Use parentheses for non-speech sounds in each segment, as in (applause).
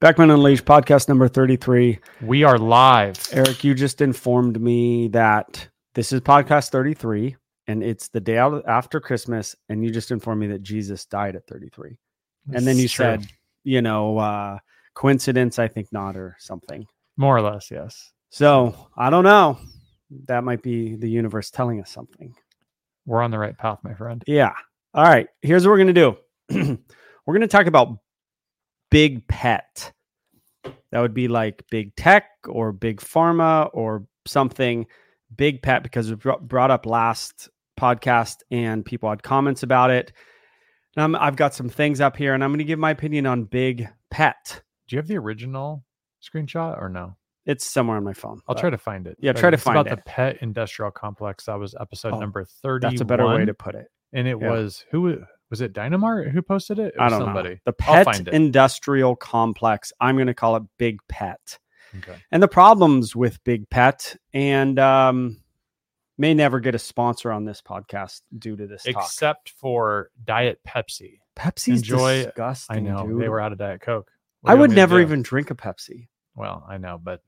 Backman Unleashed, podcast number 33. We are live. Eric, you just informed me that this is podcast 33 and it's the day out after Christmas. And you just informed me that Jesus died at 33. and then It's you true. said, you know, uh, coincidence, I think not, or something. more or less, yes. So I don't know. That might be the universe telling us something. We're on the right path, my friend. Yeah. All right. Here's what we're going to do (clears throat) we're going to talk about big pet. That would be like big tech or big pharma or something big pet because we brought brought up last podcast and people had comments about it. And I'm, I've got some things up here and I'm going to give my opinion on big pet. Do you have the original screenshot or no? It's somewhere on my phone. I'll but try to find it. Uh, Yeah, but try to it's find about it. the pet industrial complex. That was episode Oh, number 30. That's a better way to put it. And it yeah. was who was it Dynamart who posted it? It I was don't know. somebody. The pet I'll find it. industrial complex. I'm going to call it big pet. Okay. and the problems with Big Pet, and um, may never get a sponsor on this podcast due to this talk. Except for Diet Pepsi. Pepsi's enjoy- disgusting. I know dude. they were out of Diet Coke. What I do you want would me to never do? even drink a Pepsi Well, I know, but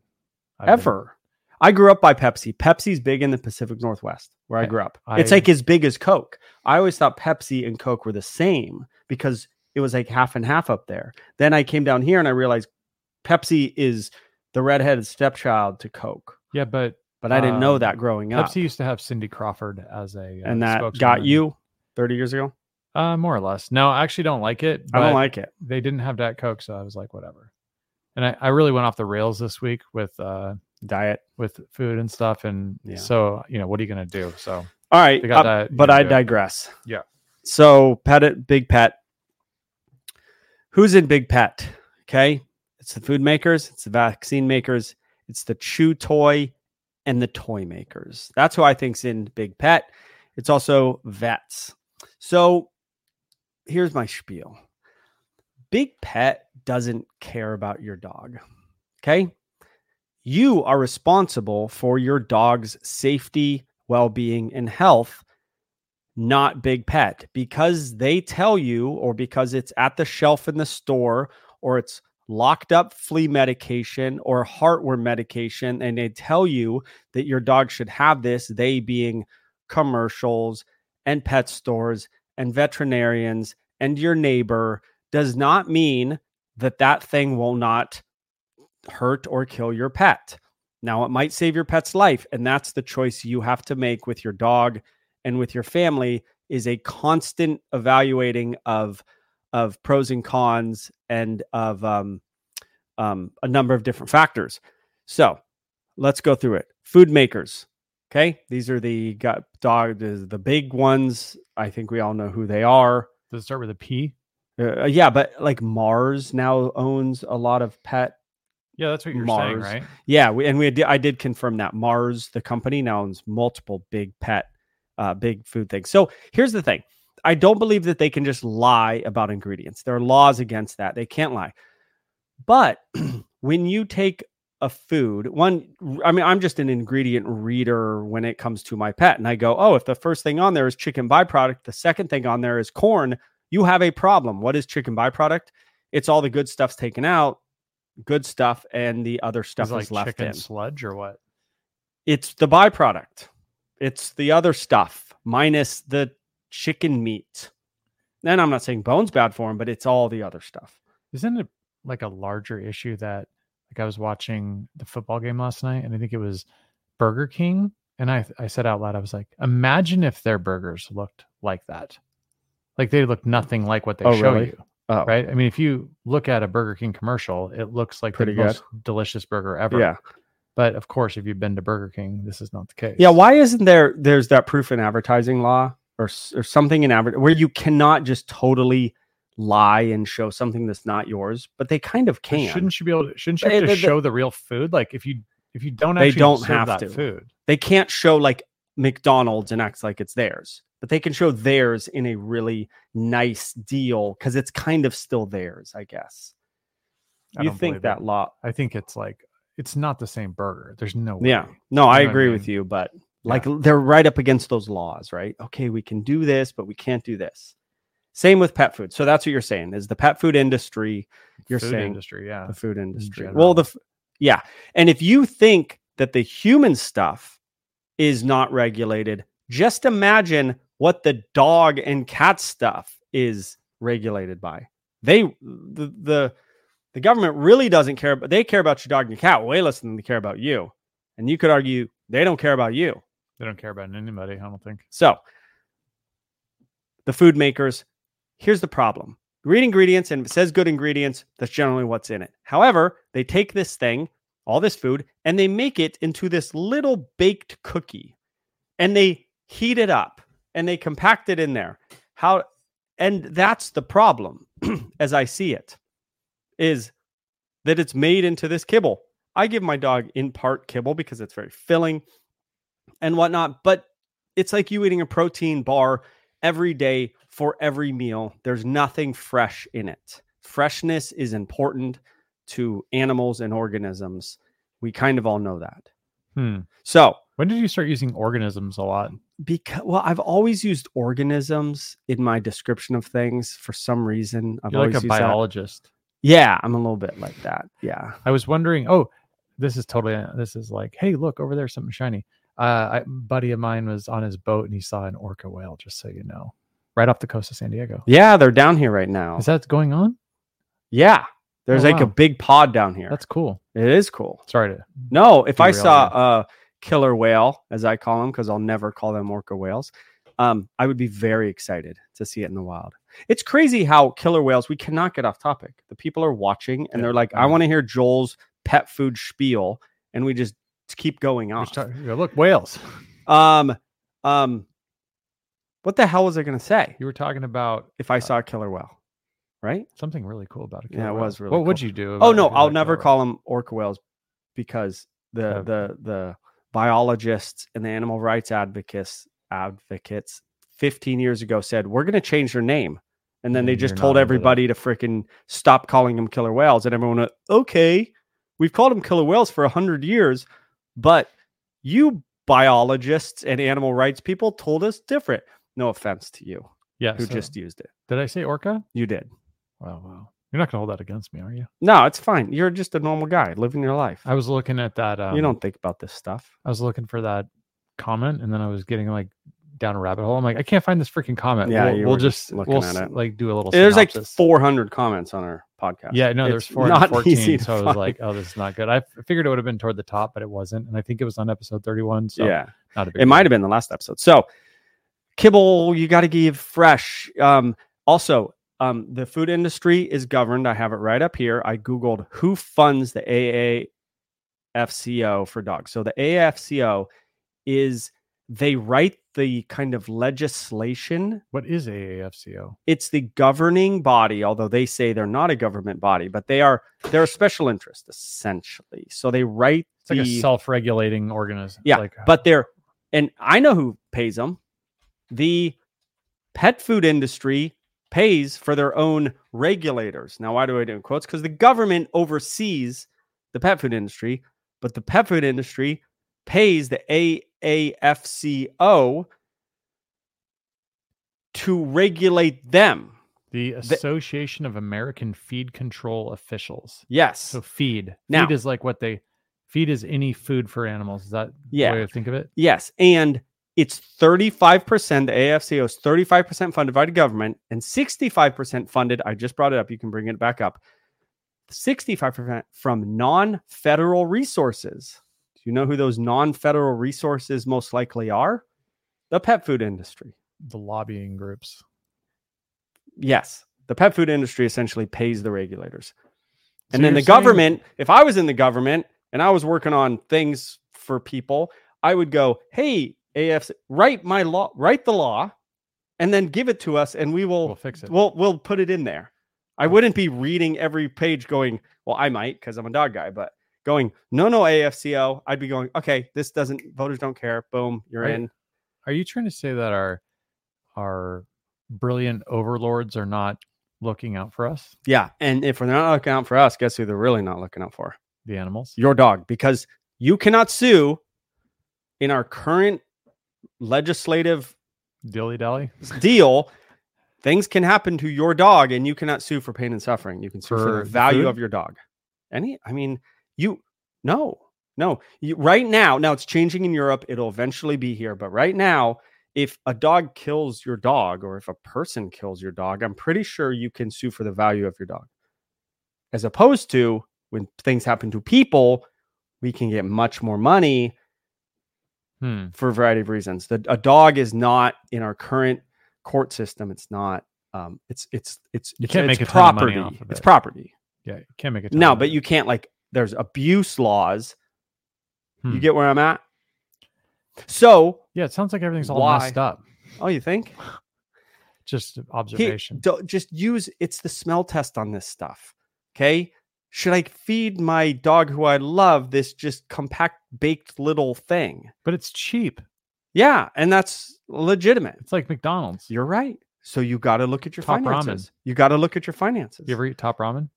I've been- ever. I grew up by Pepsi. Pepsi's big in the Pacific Northwest where I Yeah, grew up. it's I- like as big as Coke. I always thought Pepsi and Coke were the same because it was like half and half up there. Then I came down here and I realized Pepsi is the redheaded stepchild to Coke. Yeah, but But I didn't know Um, that growing up. Pepsi used to have Cindy Crawford as a uh, and that got spokeswoman. you 30 years ago. Uh, more or less. No, I actually don't like it. I don't but like it. They didn't have Diet Coke, so I was like, whatever. And I, I really went off the rails this week with uh Diet. with food and stuff, and Yeah. so you know what are you gonna do? So All right. They got uh, diet, you but gotta I do it. digress. Yeah. So Pet Big Pet. Who's in Big Pet? Okay. It's the food makers, it's the vaccine makers, it's the chew toy and the toy makers. That's who I think's in Big Pet. It's also vets. So here's my spiel. Big Pet doesn't care about your dog. Okay? You are responsible for your dog's safety, well being, and health, not Big Pet, because they tell you, or because it's at the shelf in the store, or it's locked up flea medication or heartworm medication, and they tell you that your dog should have this, they being commercials and pet stores and veterinarians and your neighbor, does not mean that that thing will not hurt or kill your pet. Now, it might save your pet's life, and that's the choice you have to make with your dog and with your family is a constant evaluating of of pros and cons and of um, um, a number of different factors. So, let's go through it. Food makers, okay? These are the gu- dog the, the big ones. I think we all know who they are. does it start with a P? Uh, yeah, but like Mars now owns a lot of pet. Yeah, that's what you're saying, Mars. right? Yeah, we, and we did, I did confirm that Mars, the company, now owns multiple big pet, uh, big food things. So here's the thing: I don't believe that they can just lie about ingredients. There are laws against that. They can't lie. But (clears throat) when you take a food, one, I mean, I'm just an ingredient reader when it comes to my pet, and I go, oh, if the first thing on there is chicken byproduct, the second thing on there is corn, you have a problem. What is chicken byproduct? It's all the good stuff's taken out, good stuff, and the other Is stuff it is like left chicken in. sludge or what? It's the byproduct. It's the other stuff minus the chicken meat. And I'm not saying bone's bad for him, but it's all the other stuff. Isn't it like a larger issue that like I was watching the football game last night, and I think it was Burger King, and I I said out loud, I was like, imagine if their burgers looked like that, like they look nothing like what they Oh, show really? you. Oh, right? I mean, if you look at a Burger King commercial, it looks like Pretty the good. most delicious burger ever. Yeah. But of course, if you've been to Burger King, this is not the case. Yeah, why isn't there there's that proof in advertising law or s- or something in advert where you cannot just totally lie and show something that's not yours, but they kind of But can. Shouldn't you be able? To, shouldn't you But have it- to the- the- show the real food? Like if you if you don't They actually don't serve have that to. food. they can't show like McDonald's and act like it's theirs, but they can show theirs in a really nice deal because it's kind of still theirs, I guess. I you don't think believe that it. law? I think it's like it's not the same burger. There's no way. Yeah. No, I know what I agree with mean? you, but like they're right up against those laws, right? Okay, we can do this, but we can't do this. Same with pet food. So that's what you're saying is the pet food industry, you're Food saying industry, yeah. the food industry. general. Well, the f- yeah. And if you think that the human stuff is not regulated, just imagine what the dog and cat stuff is regulated by. They the the, the government really doesn't care, but they care about your dog and your cat way less than they care about you. And you could argue they don't care about you. They don't care about anybody, I don't think. So, the food makers, here's the problem. Read ingredients and if it says good ingredients, that's generally what's in it. However, they take this thing, all this food, and they make it into this little baked cookie and they heat it up and they compact it in there. How and that's the problem (clears throat) as I see it is that it's made into this kibble. I give my dog in part kibble because it's very filling and whatnot, but it's like you eating a protein bar every day for every meal. There's nothing fresh in it. Freshness is important to animals and organisms. We kind of all know that. Hmm. So, When did you start using organisms a lot? because well, I've always used organisms in my description of things for some reason. I've You're like always a used that. biologist. Yeah, I'm a little bit like that. Yeah. I was wondering, oh, this is totally uh, this is like, hey, look over there, something shiny. Uh, I, buddy of mine was on his boat and he saw an orca whale. Just so you know, right off the coast of San Diego. Yeah, they're down here right now. Is that going on? yeah. There's Oh, like a wow. big pod down here. That's cool. it is cool. Sorry to No, if I Derail saw you. a killer whale, as I call them, because I'll never call them orca whales, um, I would be very excited to see it in the wild. It's crazy how killer whales, we cannot get off topic. The people are watching and Yeah, they're like, I I know. want to hear Joel's pet food spiel. And we just keep going on. just talk- you go, look whales. (laughs) Um, um, what the hell was I going to say You were talking about if I saw a killer whale? Right? something really cool about a Yeah, killer it whale. was really What would cool. you do? Oh about- no, if you I'll had a never killer whale? call them orca whales because the Yeah. the the biologists and the animal rights advocates advocates 15 years ago said we're going to change their name. And then they And just you're told not into that. everybody to freaking stop calling them killer whales and everyone went, "Okay, we've called them killer whales for 100 years, but you biologists and animal rights people told us different." No offense to you Yeah. who so- just used it. uh, did I say orca? You did. Wow, wow. You're not gonna hold that against me, are you? No, it's fine. You're just a normal guy living your life. I was looking at that. Um, you don't think about this stuff. I was looking for that comment, and then I was getting like down a rabbit hole. I'm like, I can't find this freaking comment. Yeah, we'll, you we'll were just just looking we'll at s- it. like do a little. There's like synopsis. 400 comments on our podcast. Yeah, no, there's It's four not (laughs) and easy fourteen. to So I was find. like, oh, this is not good. I f- figured it would have been toward the top, but it wasn't, and I think it was on episode thirty-one. So yeah, not a big it might deal. have been the last episode. So, kibble, you got to give fresh. Um, also, um, the food industry is governed. I have it right up here. I googled who funds the AAFCO for dogs. So the AAFCO is they write the kind of legislation What is AAFCO? it's the governing body although they say they're not a government body but they are they're a special interest essentially so they write It's like the- a self-regulating organism. Yeah, like, but they're and i know who pays them the pet food industry pays for their own regulators now why do i do it in quotes because the government oversees the pet food industry but the pet food industry pays the aafco to regulate them the Association of American Feed Control Officials. yes So feed. Now- feed is like what they feed is any food for animals. Is that Yeah. the way to think of it? Yes. And it's 35%. The AFCO is 35% funded by the government and 65% funded. I just brought it up. You can bring it back up. 65% from non federal resources. Do you know who those non federal resources most likely are? The pet food industry. The lobbying groups. Yes. The pet food industry essentially pays the regulators. So And then you're the saying- government, if I was in the government and I was working on things for people, I would go, "Hey, AFC, write my law, write the law, and then give it to us, and we We'll will, fix it. we'll, we'll put it in there." I wouldn't be reading every page going, "Well, I might because I'm a dog guy," but going, "No, no, AFCO," I'd be going, "Okay, this doesn't voters don't care. Boom, you're Right. in." Are you trying to say that our our brilliant overlords are not looking out for us, Yeah, and if they're not looking out for us, guess who they're really not looking out for? the animals? your dog because you cannot sue in our current legislative Dilly dally. deal Things can happen to your dog, and you cannot sue for pain and suffering. You can sue for, For the the value food? of your dog. Any, I mean, you no, no. You, right now, now it's changing in Europe. It'll eventually be here, but right now, if a dog kills your dog, or if a person kills your dog, I'm pretty sure you can sue for the value of your dog. As opposed to when things happen to people, we can get much more money Hmm. for a variety of reasons. The, a dog is not in our current court system. It's not. Um, it's it's it's You it's- can't it's make a ton of money property. off of It's it. property. Yeah, you can't make it. No, but you can't like. There's abuse laws. Hmm. You get where I'm at. So, Yeah, it sounds like everything's all Why? messed up. oh, you think Just He- observation. do- just use it's the smell test on this stuff. Okay, should I feed my dog who I love this just compact baked little thing? but it's cheap. Yeah, and that's legitimate. It's like McDonald's. You're right. So you got to look at your Top ramen. finances. You got to look at your finances. you ever eat top ramen?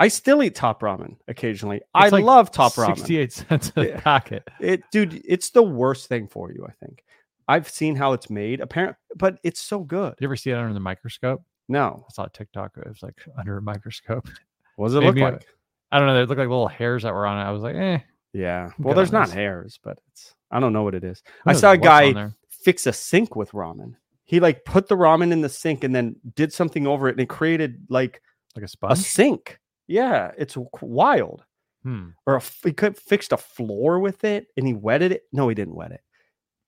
I still eat top ramen occasionally. I like love top ramen. Sixty-eight cents a Yeah. packet. It, dude, it's the worst thing for you. I think I've seen how it's made. Apparent, but it's so good. You ever see it under the microscope? No, I saw a TikTok. It was like under a microscope. what does it Maybe I- look like? I don't know. They looked like little hairs that were on it. I was like, eh. Yeah. I'm Well, good there's on not this. hairs, but it's. I don't know what it is. who I knows saw a what's on guy there? fix a sink with ramen. He like put the ramen in the sink and then did something over it, and it created like like a a sponge. sink. Yeah, it's w- wild. Hmm. or a, f- he could fixed a floor with it and he wetted it. No, he didn't wet it.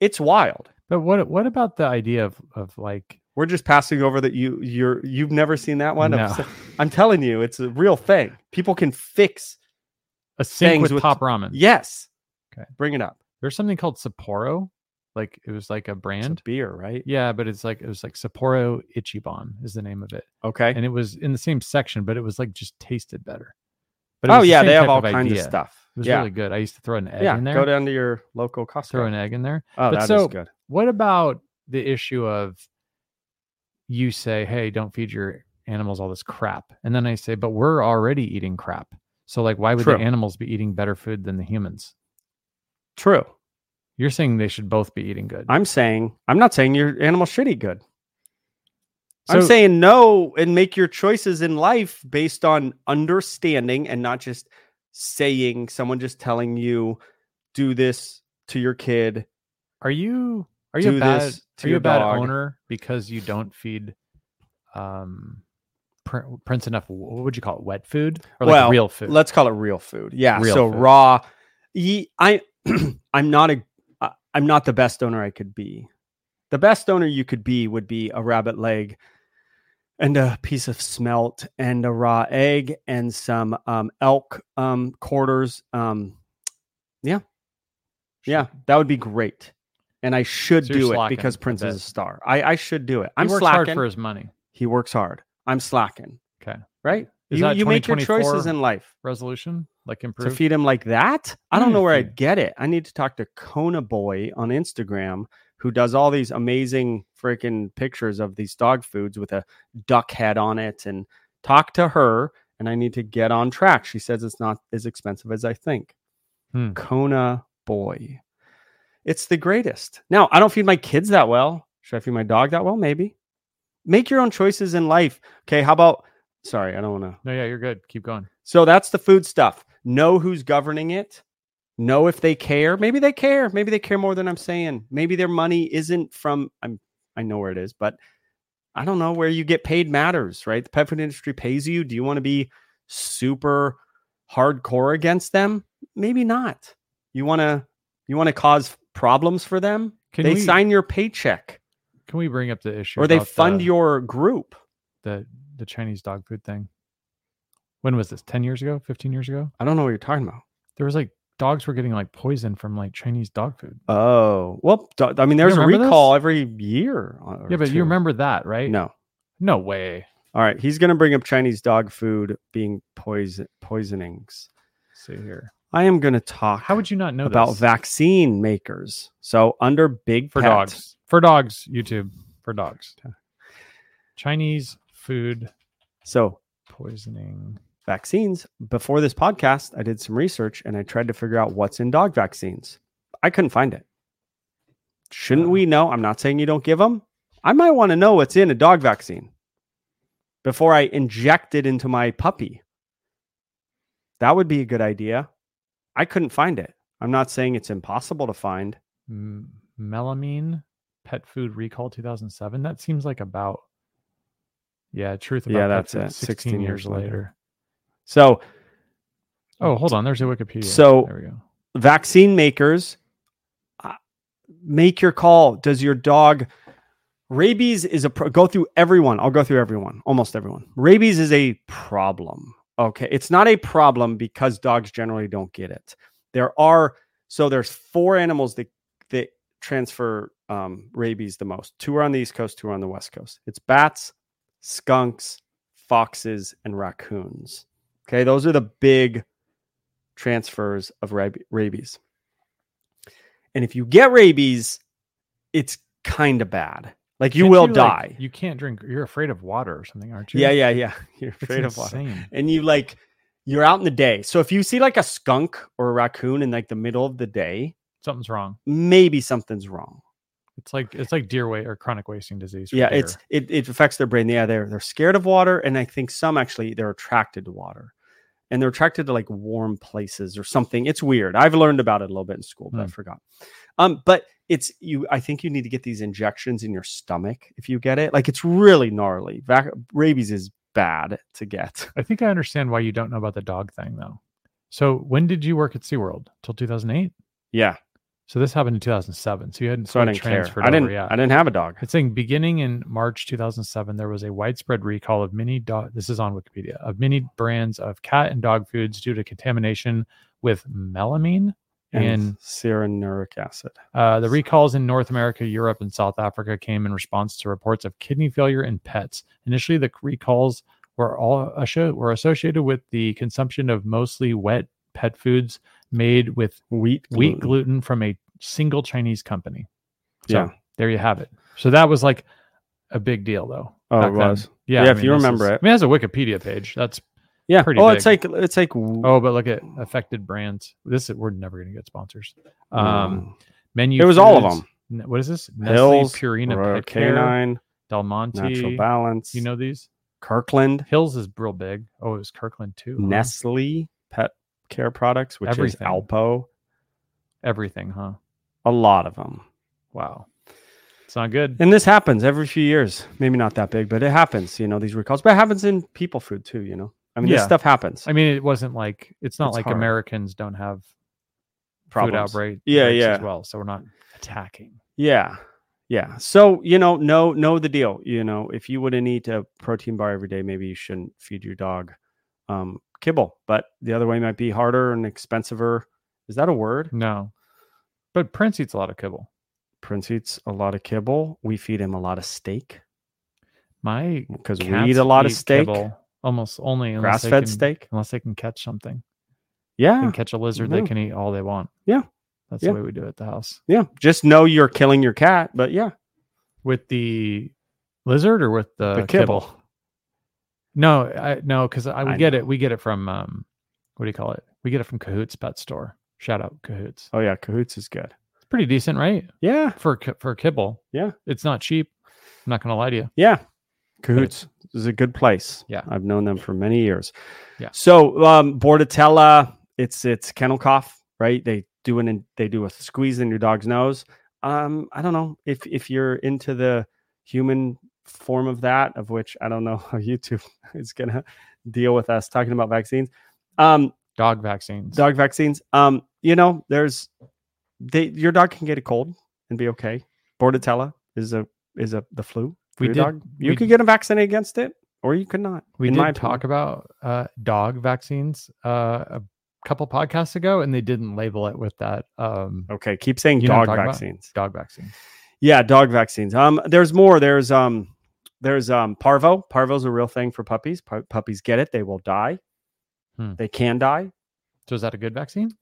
It's wild. But what what about the idea of of like We're just passing over that you you're you've never seen that one. I'm, No. s- I'm telling you, it's a real thing. People can fix. a sink things with, with- top ramen? Yes. Okay. Bring it up. There's something called Sapporo. Like it was like a It's a brand. beer, right? Yeah, but it's like it was like Sapporo Ichiban is the name of it, Okay. and it was in the same section, but it was like just tasted better. But it Oh was the yeah, same they have type all kinds idea. of stuff. It was Yeah. really good. I used to throw an egg yeah. in there. Go down to your local Costco. throw an egg in there. oh, but that is so- good. What about the issue of you say, "Hey, don't feed your animals all this crap," and then I say, "But we're already eating crap." So like, why would True. the animals be eating better food than the humans? True. You're saying they should both be eating good. I'm saying I'm not saying your animal should eat good. I'm So- saying no and make your choices in life based on understanding and not just saying someone just telling you do this to your kid. Are you are you Do a bad this to are you your a bad dog. owner because you don't feed um pr- prince enough what would you call it wet food or like Well, real food? Let's call it real food. Yeah. Real so food. raw. Ye, I (clears throat) I'm not a I- I'm not the best owner I could be. The best owner you could be would be a rabbit leg and a piece of smelt and a raw egg and some um, elk um, quarters. Um, yeah. Yeah, that would be great. And I should So you're do it slacking because a Prince is a bit. star. I, I should do it. He I'm works slacking. hard for his money. he works hard. I'm slacking. Okay. Right? Is you that you make your 2024 choices in life Resolution like to improve. feed him like that? I don't Yeah, know where feed him. I'd get it. I need to talk to Kona Boy on Instagram, who does all these amazing freaking pictures of these dog foods with a duck head on it, and talk to her. And I need to get on track. She says it's not as expensive as I think. Hmm. Kona Boy, it's the greatest. Now I don't feed my kids that well. Should I feed my dog that well? Maybe. Make your own choices in life. Okay. How about? Sorry, I don't want to. no, yeah, you're good. Keep going. So that's the food stuff. Know who's governing it. Know if they care. Maybe they care. Maybe they care more than I'm saying. Maybe their money isn't from I'm I know where it is, but I don't know where you get paid matters, right? The pet food industry pays you. Do you want to be super hardcore against them? Maybe not. You want to you want to cause problems for them? Can they we sign your paycheck can we bring up the issue or they about fund the, your group. the the Chinese dog food thing? When was this? 10 years ago? 15 years ago? I don't know what you're talking about. There was like dogs were getting like poison from like Chinese dog food. Oh, well, do- I mean, there's a remember this? recall every year. uh, or yeah, but two. you remember that, right? No. No way. All right. He's going to bring up Chinese dog food being poison poisonings. see here. I am going to talk How would you not know about this? vaccine makers. So under big for pet, dogs for dogs youtube for dogs chinese food So poisoning vaccines. Before this podcast, I did some research and I tried to figure out what's in dog vaccines. I couldn't find it. Shouldn't Uh. we know? I'm not saying you don't give them. I might want to know what's in a dog vaccine. before I inject it into my puppy. That would be a good idea. I couldn't find it. I'm not saying it's impossible to find. M- melamine pet food recall 2007. That seems like about yeah, truth about Yeah, pet that's food it. 16, years later. So, Oh, hold on. There's a Wikipedia. So- there we go. vaccine makers, uh, make your call. Does your dog rabies is a pro- go through everyone. I'll go through everyone, almost everyone. Rabies is a problem. Okay, it's not a problem because dogs generally don't get it. There are so there's four animals that that transfer um, rabies the most. Two are on the East Coast, two are on the West Coast. It's bats, skunks, foxes, and raccoons. Okay, those are the big transfers of rab- rabies. And if you get rabies, it's kind of bad. Like you Can't will die. like- you can't drink. You're afraid of water or something, aren't you? yeah, yeah, (laughs) yeah. You're It's afraid of water. insane. And you like you're out in the day. So if you see like a skunk or a raccoon in like the middle of the day, Something's wrong. maybe something's wrong. It's like it's like deer weight or chronic wasting disease. for yeah it's deer. it, it affects their brain yeah they're they're scared of water and i think some actually they're attracted to water and they're attracted to like warm places or something it's weird i've learned about it a little bit in school but i Hmm. forgot um but it's you i think you need to get these injections in your stomach if you get it like it's really gnarly Vac- rabies is bad to get (laughs) I think I understand why you don't know about the dog thing though. So when did you work at SeaWorld? Till 2008. yeah So this happened in 2007. So you hadn't so i fully didn't care transferred i didn't over yet. i didn't have a dog It's saying beginning in March 2007, there was a widespread recall of many dog. This is on Wikipedia of many brands of cat and dog foods due to contamination with melamine. and And- seronuric acid Uh, the recalls in North America, Europe, and South Africa came in response to reports of kidney failure in pets. Initially, the recalls were all asho- were associated with the consumption of mostly wet pet foods made with wheat gluten. wheat gluten from a single Chinese company. So Yeah. there you have it. So that was like a big deal, though. Oh, it back then. was. Yeah, Yeah, if you this remember is- it. I mean, it has a Wikipedia page. That's yeah pretty oh it's like big. it's like oh, but look at affected brands. This is, we're never going to get sponsors. Um, menu. mm. It was all of Foods. them. N- What is this? Hills, Purina Royal Pet Care, Canine, Del Monte. Natural Balance, You know these? Kirkland, Hills is real big. Oh, it was Kirkland too. huh? Nestle Pet Care Products, which Everything. is Alpo. Everything, huh? A lot of them. Wow. It's not good. And this happens every few years. Maybe not that big, but it happens, you know, these recalls. But it happens in people food too, you know. I mean, this Yeah. stuff happens. I mean, it wasn't like it's not It's like hard. Americans don't have Problems. food outbreak. Yeah, breaks yeah. As well, so we're not attacking. Yeah. Yeah. So, you know, know know the deal. You know, if you wouldn't eat a protein bar every day, maybe you shouldn't feed your dog um kibble. But the other way might be harder and expensiver. Is that a word? No, but Prince eats a lot of kibble. Prince eats a lot of kibble. We feed him a lot of steak My because we cats eat a lot of eat steak. kibble almost only unless they Grass-fed can- steak? Unless they can catch something, They Yeah. can catch a lizard, Yeah. they can eat all they want. Yeah. that's Yeah. the way we do it at the house. Yeah. Just know you're killing your cat, but yeah, With the lizard or with the, the kibble. No, I no, because I we I get it. We get it from um, what do you call it? We get it from Cahoots Pet Store. Shout out Cahoots. Oh, yeah. Cahoots is good. It's pretty decent, right? Yeah. for ki- for kibble. Yeah. it's not cheap. I'm not gonna lie to you. Yeah. Cahoots is a good place. Yeah. I've known them for many years. Yeah. So, um, Bordetella, it's, it's kennel cough, right? They do an, in- they do a squeeze in your dog's nose. Um, I don't know if, if you're into the human form of that, of which I don't know (laughs) how YouTube is going to deal with us talking about vaccines. Um, Dog vaccines. dog vaccines. Um, you know, there's they your dog can get a cold and be okay. Bordetella is a is a the flu. for We your did- dog. You we could d- get a vaccine against it, or you could not. we in did my opinion. talk about uh, dog vaccines uh, a couple podcasts ago, and they didn't label it with that um, Okay, keep saying You know what I'm dog talking about? vaccines. dog vaccine. Yeah, dog vaccines. Um, there's more. There's um, there's um, parvo. Parvo's a real thing for puppies. Pu- puppies get it; they will die. Hmm. They can die. So is that a good vaccine?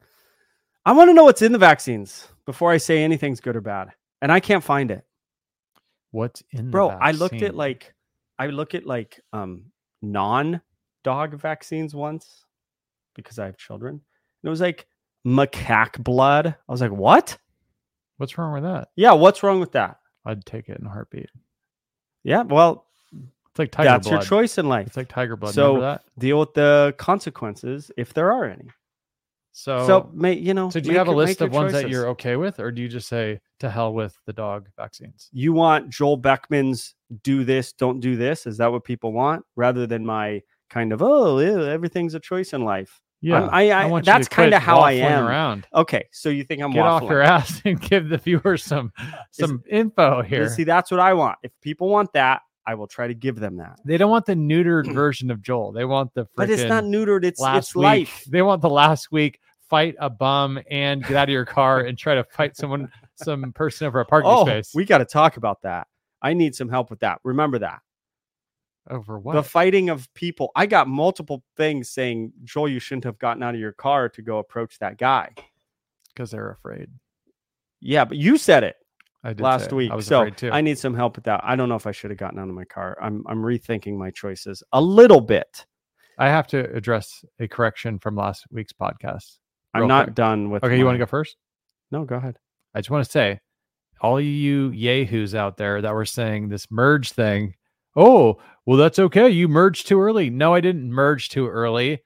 I want to know what's in the vaccines before I say anything's good or bad, and I can't find it. What's in bro The i looked at vaccine? like i look at like um non dog vaccines once because i have children and it was like macaque blood i was like what what's wrong with that? yeah what's wrong with that I'd take it in a heartbeat. yeah well It's like tiger That's blood. your choice in life. It's like tiger blood. So- Remember that? Deal with the consequences if there are any. So So, may, you know. Oh. So do you make have a your- make list your of ones that choices. you're okay with, or do you just say to hell with the dog vaccines? you want Joel Beckman's do this, don't do this. Is that what people want? Rather than my kind of, oh, ew, everything's a choice in life. I'm- I, I, want you to that's kind quit of how I waffling am. Around. Okay. So you think I'm Get off waffling. your ass (laughs) and give the viewers some some info You here. See, that's what I want. If people want that, I will try to give them that. they don't want (clears throat) the neutered version of Joel. They want the freaking But it's not neutered. It's last it's week. life. They want the last week fight a bum and get out of your car and try to fight someone, some person over a parking Oh, space. we got to talk about that. I need some help with that. Remember that over what? the fighting of people. I got multiple things saying, Joel, you shouldn't have gotten out of your car to go approach that guy. Because they're afraid. Yeah, but you said it. I did say last it. week. I was so afraid too. I need some help with that. I don't know if I should have gotten out of my car. I'm I'm rethinking my choices a little bit. I have to address a correction from last week's podcast. I'm Real not quick. done with. Okay, you want to my- go first? No, go ahead. I just want to say, all you yahoos out there that were saying this merge thing, oh, well, that's okay. You merged too early. No, I didn't merge too early.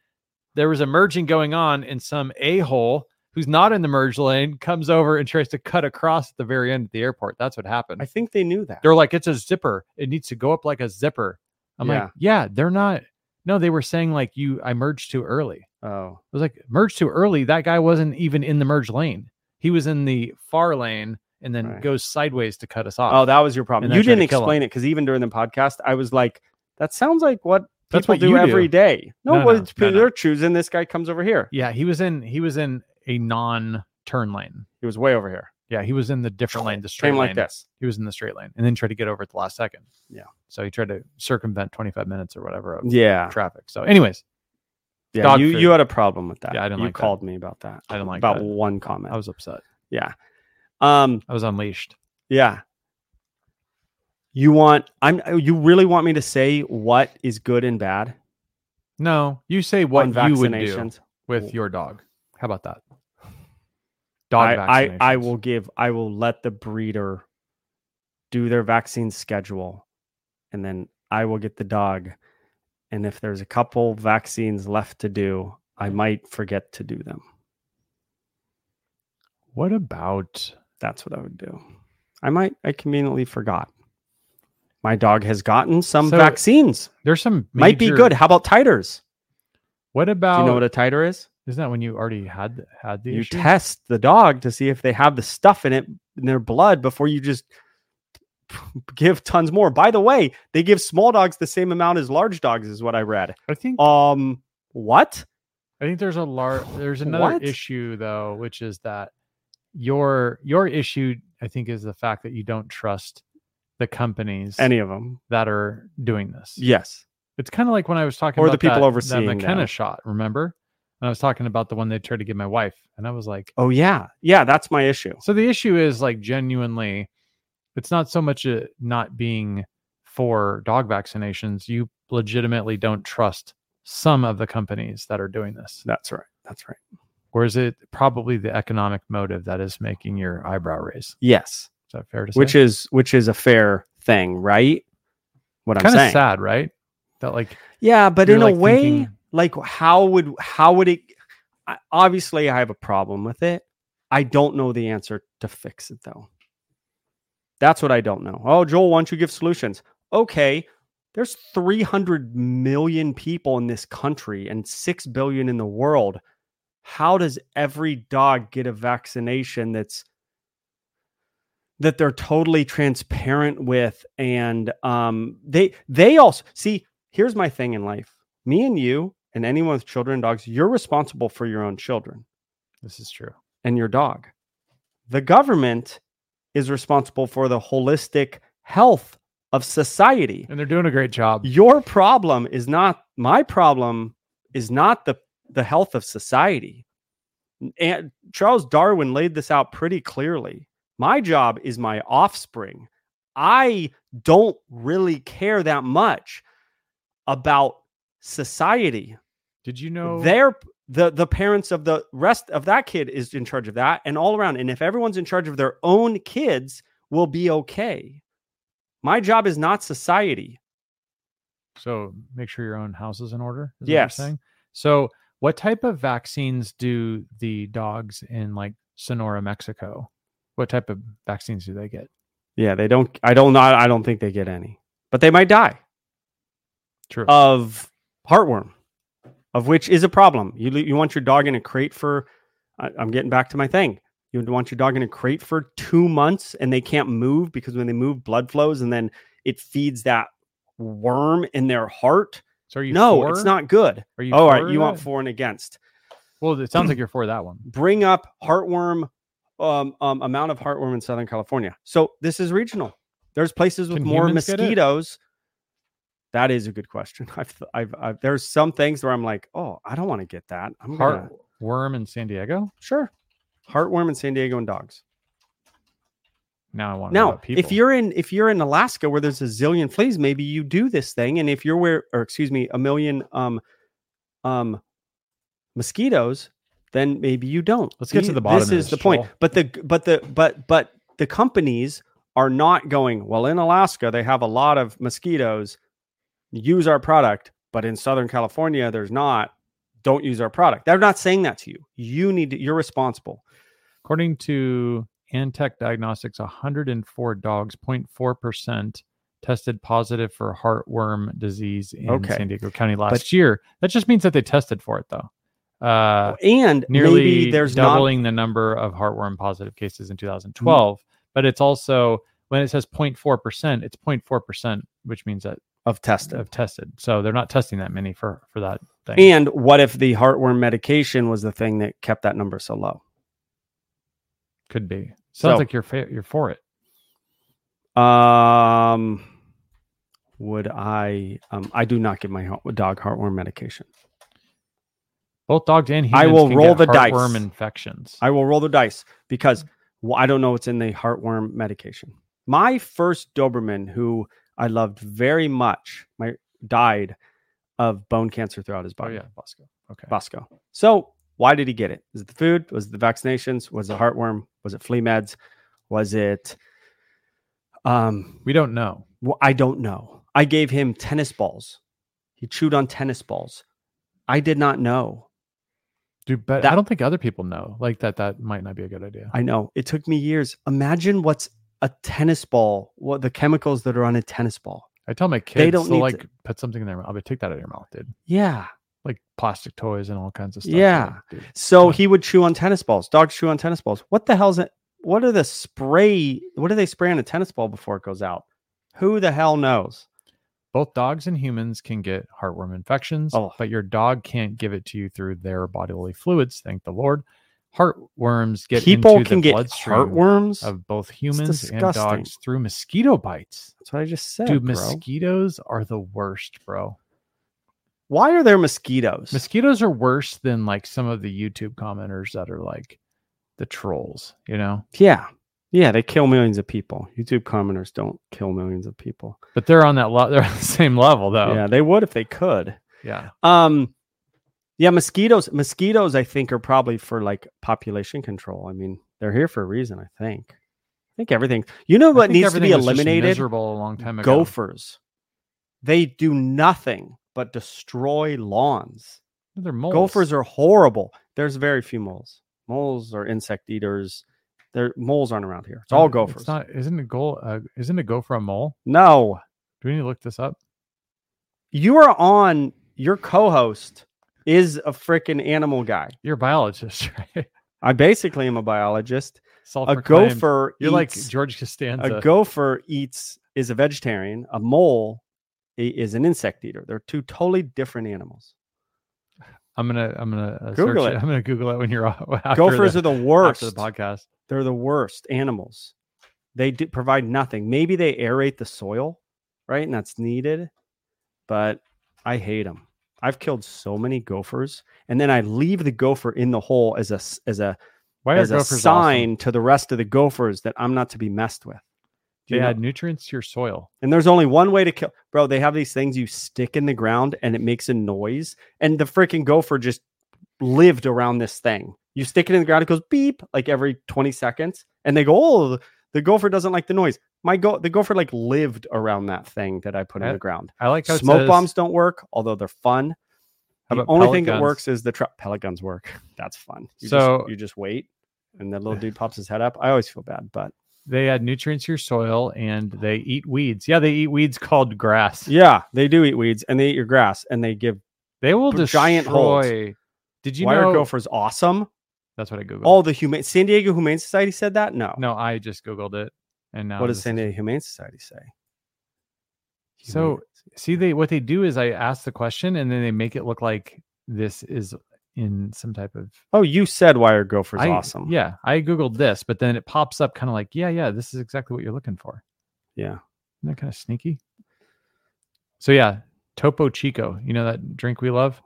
There was a merging going on, and some a hole who's not in the merge lane comes over and tries to cut across at the very end of the airport. That's what happened. I think they knew that. they're like, it's a zipper. It needs to go up like a zipper. I'm Yeah. like, yeah, they're not. No, they were saying like you, I merged too early. Oh, I was like, merge too early. That guy wasn't even in the merge lane. He was in the far lane and then Right. goes sideways to cut us off. oh, that was your problem. And You I tried didn't to kill him. explain it because even during the podcast, I was like, "That sounds like what That's people what do you every do. day." No, No, no, well, it's- no, no. they're choosing. This guy comes over here. yeah, he was in he was in a non turn lane. He was way over here. Yeah, he was in the different lane, the straight Came lane. like this. He was in the straight lane and then tried to get over at the last second. Yeah. So he tried to circumvent 25 minutes or whatever of Yeah, traffic. So, anyways, yeah. Dog you food. you had a problem with that. Yeah, I didn't You like that. called me about that. I didn't like about that. one I comment. was upset. Yeah. Um. I was unleashed. Yeah. You want I'm you really want me to say what is good and bad No, you say what on you would do vaccinations? with your dog. How about that? Dog I, I I vaccinations. will give I will let the breeder do their vaccine schedule and then I will get the dog and if there's a couple vaccines left to do, I might forget to do them. What about That's what I would do. I might I conveniently forgot. My dog has gotten some So, vaccines. There's some might be major- good. How about titers? What Do about you know what a titer is? isn't that when you already had th- had the you issue? test the dog to see if they have the stuff in it in their blood before you just (laughs) give tons more. By the way, they give small dogs the same amount as large dogs, is what I read. I think Um, what? I think there's a large there's another What? issue though, which is that your your issue I think is the fact that you don't trust the companies Any of them? that are doing this. Yes. It's kind of like when I was talking Or the about people that, overseeing that them. McKenna shot. Remember, and I was talking about the one they tried to give my wife, and I was like, Oh yeah, yeah. That's my issue. So the issue is like genuinely, it's not so much a not being for dog vaccinations. You legitimately don't trust some of the companies that are doing this, That's right. That's right. or is it probably the economic motive that is making your eyebrow raise? Is Yes. that fair to say? Which is which is a fair thing, right? What I'm kind of saying. sad, right? That like, Yeah, but you're, in like, a way. thinking- like how would how would it I, obviously i have a problem with it i don't know the answer to fix it though that's what i don't know oh joel why don't you give solutions okay there's 300 million people in this country and 6 billion in the world how does every dog get a vaccination that's that they're totally transparent with and um they they also see here's my thing in life me and you and anyone with children and dogs you're responsible for your own children this is true. and your dog the government is responsible for the holistic health of society And they're doing a great job. your problem is not my problem is not the the health of society and charles darwin laid this out pretty clearly my job is my offspring i don't really care that much about society Did you know their the the parents of the rest of that kid is in charge of that and all around and if everyone's in charge of their own kids we'll be okay my job is not society So make sure your own house is in order. Is what you're Yes. saying? So what type of vaccines do the dogs in like Sonora, Mexico? What type of vaccines do they get? Yeah, they don't. I don't not. I don't think they get any, but they might die True. of heartworm, of which is a problem. You you want your dog in a crate for. I, I'm getting back to my thing. You would want your dog in a crate for two months, and they can't move because when they move, blood flows, and then it feeds that worm in their heart. so are you No, for? it's not good. Are you All right, for you want that? for and against. Well, it sounds like you're for that one. bring up heartworm um, um, amount of heartworm in Southern California. So this is regional. There's places with Can more humans get it? mosquitoes. That is a good question. (laughs) I've, th- I've, I've there's some things where I'm like, oh, I don't want to get that. I'm gonna- Heartworm in San Diego. sure heartworm in San Diego and dogs. Now I want to know Now, about people. if you're in if you're in Alaska where there's a zillion fleas, maybe you do this thing. And if you're where, or excuse me, a million um um mosquitoes, then maybe you don't. Let's get to The- the bottom This of is this, the point. Joel. But the but the but but the companies are not going well in Alaska. They have a lot of mosquitoes. Use our product, but in Southern California, there's not. Don't use our product. They're not saying that to you. You need. To, you're responsible. According to Antech Diagnostics, 104 dogs, 0.4%, tested positive for heartworm disease in Okay. San Diego County last year. That just means that they tested for it, though. Uh, and nearly maybe there's not doubling the number of heartworm positive cases in 2012. But it's also when it says 0.4%, it's 0.4%, which means that of testing. have tested. So they're not testing that many for for that thing. And what if the heartworm medication was the thing that kept that number so low? Could be. Sounds So- like you're fa- you're for it. Um, would I? Um, I do not give my heart- dog heartworm medication. Both dogs and I humans. will can roll get the dice. heartworm infections. I will roll the dice because well, I don't know what's in the heartworm medication. My first Doberman, who I loved very much, my died of bone cancer throughout his oh body. yeah, Bosco. Okay. Bosco. So why did he get it? Is it the food? Was it the vaccinations? Was it heartworm? Was it flea meds? Was it um We don't know. Well, I don't know. I gave him tennis balls. He chewed on tennis balls. I did not know. Do but I That- don't think other people know like that. That might not be a good idea. I know. It took me years. Imagine what's a tennis ball, what the chemicals that are on a tennis ball. I tell my kids don't to need like to- put something in their mouth. But take that out of your mouth, dude. Yeah. Like plastic toys and all kinds of stuff. Yeah. Like, dude, So Yeah. he would chew on tennis balls. Dogs chew on tennis balls. What the hell's it? What are the spray? What do they spray on a tennis ball before it goes out? Who the hell knows? both dogs and humans can get heartworm infections, Oh. but your dog can't give it to you through their bodily fluids. Thank the Lord. Heartworms get People into can the get bloodstream heartworms. of both humans and disgusting. dogs through mosquito bites. That's what I just said. Dude, bro. mosquitoes are the worst, bro. Why are there mosquitoes? Mosquitoes are worse than like some of the YouTube commenters that are like the trolls, you know? Yeah. Yeah, they kill millions of people. YouTube commenters don't kill millions of people. But they're on that lo- they're on the same level though. Yeah, they would if they could. Yeah. Um yeah, mosquitoes mosquitoes I think are probably for like population control. I mean, they're here for a reason, I think. I think everything. You know I what think needs to be everything was just eliminated? miserable a long time ago. Gophers. They do nothing but destroy lawns. they're moles. Gophers are horrible. There's very few moles. Moles are insect eaters. Their moles aren't around here. It's all gophers. It's not isn't a goal uh, isn't a gopher a mole? no. Do we need to look this up? you are on your co-host is a freaking animal guy. You're a biologist, (laughs) right? I basically am a biologist. A Self-proclaimed. gopher You're like eats- George Costanza. a gopher eats is a vegetarian. A mole i- is an insect eater. They're two totally different animals. I'm gonna I'm gonna uh, Google search it. I'm gonna Google it when you're (laughs) after Gophers the, are the worst. after the podcast. They're the worst animals. They do provide nothing. Maybe they aerate the soil, right? And that's needed. But I hate them. I've killed so many gophers, and then I leave the gopher in the hole as a s- as a Why as are a gophers sign awesome? to the rest of the gophers that I'm not to be messed with. Do They you know- add nutrients to your soil. And there's only one way to kill, bro. They have these things you stick in the ground and it makes a noise. And the freaking gopher just lived around this thing. You stick it in the ground, it goes beep like every 20 seconds. And they go, oh, the- The gopher doesn't like the noise. My go the gopher like lived around that thing that I put in I- the ground. I like how it Smoke says- bombs don't work, although they're fun. How the about only pellet thing that guns? works is the tra- pellet guns work. (laughs) That's fun. You So- just, you just wait, and the (sighs) little dude pops his head up. I always feel bad, but They add nutrients to your soil and they eat weeds. Yeah, they eat weeds called grass. yeah, they do eat weeds and they eat your grass and they give. They will They're destroy. giant holes. Did you Why know? are gophers awesome? That's what I googled. All the humane San Diego Humane Society said that. No, no, I just googled it, and now What does this San is- Diego Humane Society say? So see, they what they do is I ask the question, and then they make it look like this is in some type of oh, you said why are gophers I- awesome? Yeah, I googled this, but then it pops up kind of like, yeah, yeah, this is exactly what you're looking for. Yeah. Isn't that kind of sneaky? So yeah, Topo Chico, you know that drink we love.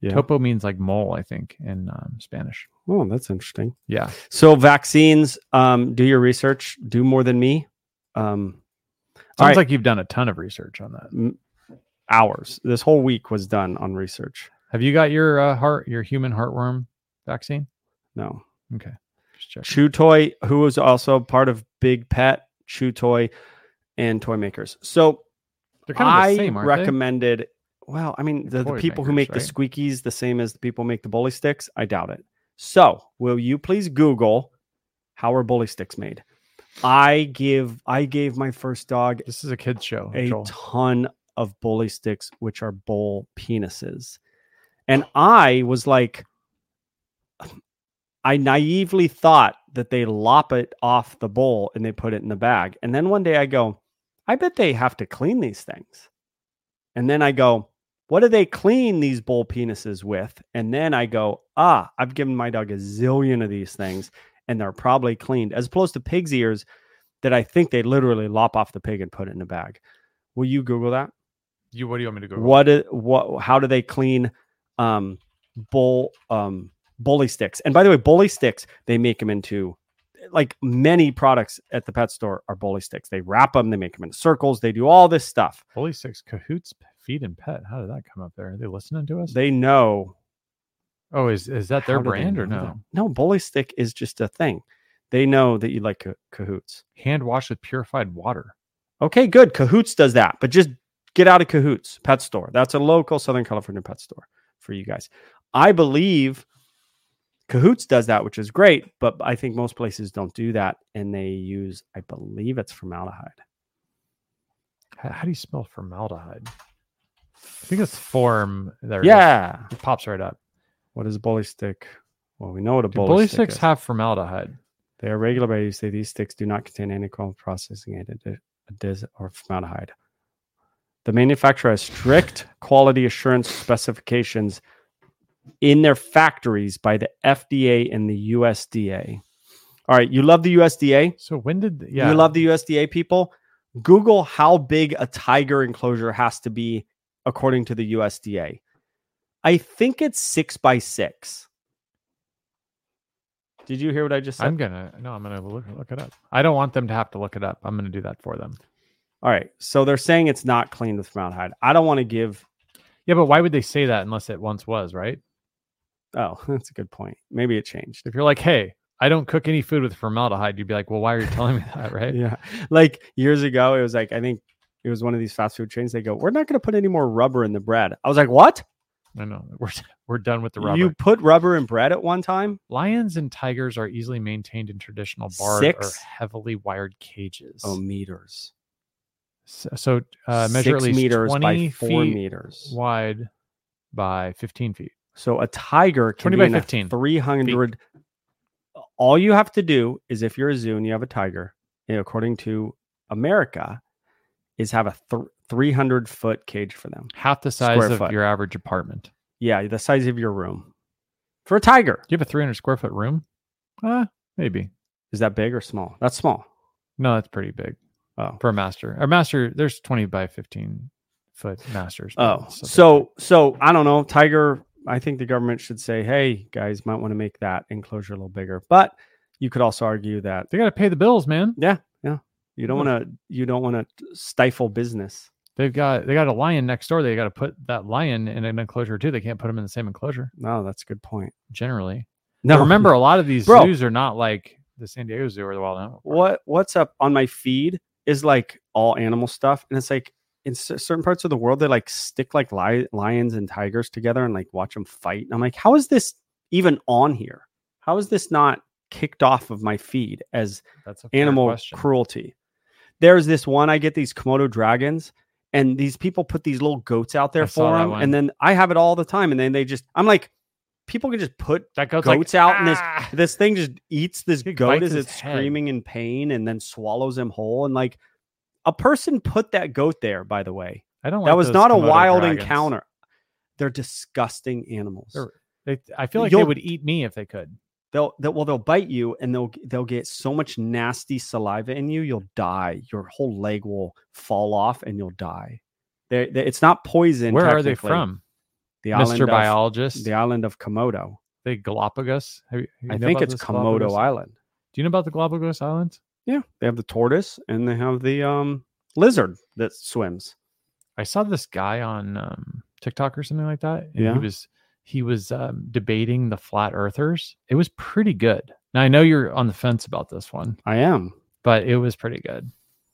Yeah. Topo means like mole, I think, in um, Spanish. Oh, that's interesting. Yeah, So vaccines, um, do your research, do more than me. Um, All sounds right. like you've done a ton of research on that. m- hours. This whole week was done on research. Have you got your uh, heart, your human heartworm vaccine? No. Okay, just check. Chew Toy, who was also part of Big Pet, Chew Toy, and Toy Makers. So They're kind of I the same, aren't they? recommended. Well, I mean, the, the Toy people who makers, make the squeakies the same as the people who make the bully sticks, I doubt it. So, will you please Google how are bully sticks made? I give I gave my first dog This is a kids show. a Joel. ton of bully sticks, which are bull penises. And I was like, I naively thought that they lop it off the bull and they put it in the bag. And then one day I go, I bet they have to clean these things. And then I go, what do they clean these bull penises with? And then I go, ah, I've given my dog a zillion of these things and they're probably cleaned as opposed to pig's ears that I think they literally lop off the pig and put it in a bag. Will you Google that? you, what do you want me to go? What i- what how do they clean um bull um bully sticks? And by the way, bully sticks, they make them into like many products at the pet store are bully sticks. They wrap them, they make them into circles, they do all this stuff. Holy six cahoots, feed and pet. How did that come up there? Are they listening to us? They know oh, is is that how their do they brand or know that? no? No, bully stick is just a thing. They know that you like ca- cahoots. Hand wash with purified water. Okay, good. Cahoots does that, but just get out of Cahoots Pet Store. That's a local Southern California pet store for you guys. I believe Cahoots does that, which is great, but I think most places don't do that, and they use, I believe, it's formaldehyde. How, how do you spell formaldehyde? I think it's form. There, it is. Yeah. it pops right up. What is a bully stick? Well, we know what a Do bully, bully, stick sticks is. have formaldehyde? they are regulated by say these sticks do not contain any alcohol processing agent, dis or formaldehyde. The manufacturer has strict quality assurance specifications in their factories by the FDA and the USDA. All right, you love the USDA? So when did th- yeah? You love the USDA people? Google how big a tiger enclosure has to be according to the USDA. I think it's six by six. Did you hear what I just said? I'm gonna no, I'm gonna look, look it up. I don't want them to have to look it up. I'm gonna do that for them. All right. So they're saying it's not cleaned with formaldehyde. I don't want to give. Yeah, but why would they say that unless it once was right? Oh, (laughs) that's a good point. Maybe it changed. If you're like, hey, I don't cook any food with formaldehyde, you'd be like, well, why are you telling me that, (laughs) right? Yeah. Like years ago, it was like, I think it was one of these fast food chains. They go, We're not going to put any more rubber in the bread. I was like, What? I know we're we're done with the rubber. You put rubber in bread at one time? Lions and tigers are easily maintained in traditional barred or Six? heavily wired cages. Oh, meters. so so, uh, measure Six at least meters by twenty four feet meters. wide by fifteen feet. So a tiger can 20 be by in a 15 feet. 300. All you have to do is if you're a zoo and you have a tiger, you know, according to America, is have a th- 300 foot cage for them. Half the size Square of foot. your average apartment. Yeah, the size of your room for a tiger. Do you have a three hundred square foot room? Uh, maybe. Is that big or small? That's small. No, that's pretty big Oh, for a master. A master, there's twenty by fifteen foot masters. but oh. it's still pretty So, so I don't know. Tiger. I think the government should say, "Hey, guys, might want to make that enclosure a little bigger." But you could also argue that big. they got to pay the bills, man. you don't want to you don't want to stifle business. They've got they got a lion next door. They got to put that lion in an enclosure too. They can't put them in the same enclosure No, Oh, that's a good point. generally. No, But remember, a lot of these Bro. zoos are not like the San Diego Zoo or the Wild Animal. Park. what what's up on my feed is like all animal stuff and it's like in cer- certain parts of the world they like stick like li- lions and tigers together and like watch them fight and i'm like how is this even on here how is this not kicked off of my feed as That's a fair animal question. cruelty there's this one i get these komodo dragons and these people put these little goats out there I saw for that them one. and then i have it all the time and then they just i'm like people can just put that goat's, goats out in this- "Ah!" this thing just eats this It goat bites as his it's head. screaming in pain and then swallows him whole. And like a person put that goat there, by the way. I don't. that like was those not a Komodo wild dragons. encounter. They're disgusting animals. They're- They, I feel like they You'll- would eat me if they could. They'll, they'll well they'll bite you and they'll they'll get so much nasty saliva in you you'll die. Your whole leg will fall off and you'll die. They're, they it's not poison. Where are they technically. from, The island Mister of- Biologist? the island of Komodo. the Galapagos. Have you, you I know think about it's this Komodo Galapagos? Island. Do you know about the Galapagos Islands? Yeah, they have the tortoise and they have the um lizard that swims. I saw this guy on um, TikTok or something like that. and Yeah. he was he was um, debating the flat earthers. It was pretty good. Now I know you're on the fence about this one, I am. but it was pretty good.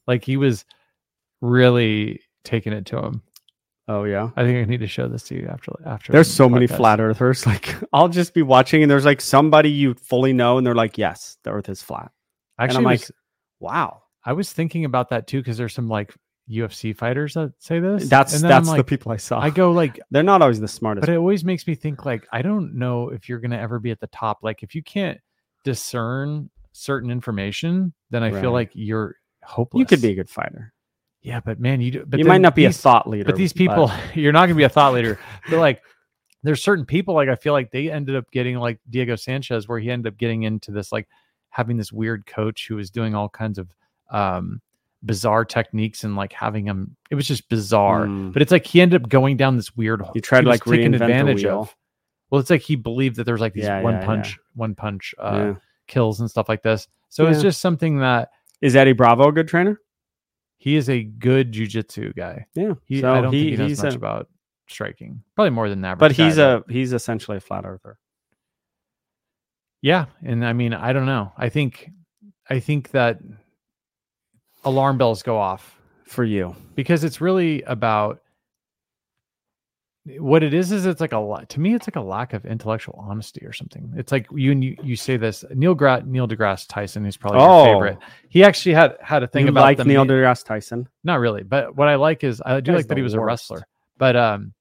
Like he was really taking it to him. Oh yeah. I think I need to show this to you after after. There's the so many podcast. flat earthers. (laughs) Like I'll just be watching and there's like somebody you fully know and they're like, "Yes, the earth is flat." Actually, I'm it like- was- Wow. I was thinking about that too because there's some like UFC fighters that say this. That's and then I'm that's the like- people I saw. I go like they're not always the smartest. but it always makes me think like i don't know if you're going to ever be at the top like if you can't discern certain information then i Right. feel like you're hopeless you could be a good fighter. yeah but man you do but you then might not be these- a thought leader. but these people (laughs) you're not going to be a thought leader (laughs) but like there's certain people like i feel like they ended up getting like diego sanchez where he ended up getting into this like having this weird coach who was doing all kinds of um bizarre techniques and like having him it was just bizarre Mm. but it's like he ended up going down this weird hole You tried to, he was like, reinvent the wheel. well it's like he believed that there's like these Yeah, yeah, one yeah. punch one punch uh Yeah. kills and stuff like this so it's Yeah. just something that Is Eddie Bravo a good trainer? he is a good jujitsu guy Yeah. he so i don't he, think he knows he's much a, about striking probably more than that but he's a he's essentially a flat earther. yeah and i mean i don't know i think i think that alarm bells go off For you. because it's really about what it is is it's like a lot to me it's like a lack of intellectual honesty or something it's like you you, you say this neil Gra- neil degrasse tyson who's probably Oh. your favorite he actually had had a thing you about like the Neil ma- deGrasse Tyson. not really but what i like is i do Guy's like that the he was a worst. wrestler but um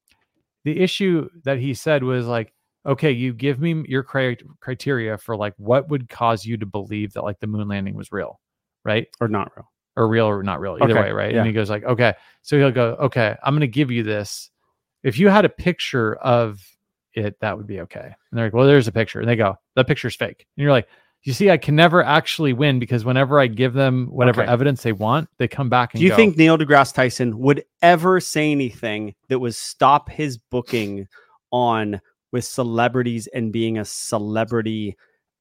the issue that he said was like okay you give me your cri- criteria for like what would cause you to believe that like the moon landing was real right Or not real. or real or not real either Okay, way right yeah. and he goes like okay so he'll go okay i'm going to give you this if you had a picture of it that would be okay and they're like well there's a picture and they go that picture's fake and you're like you see i can never actually win because whenever i give them whatever Okay. evidence they want they come back and Do you go, think Neil deGrasse Tyson would ever say anything that would stop his booking on with celebrities and being a celebrity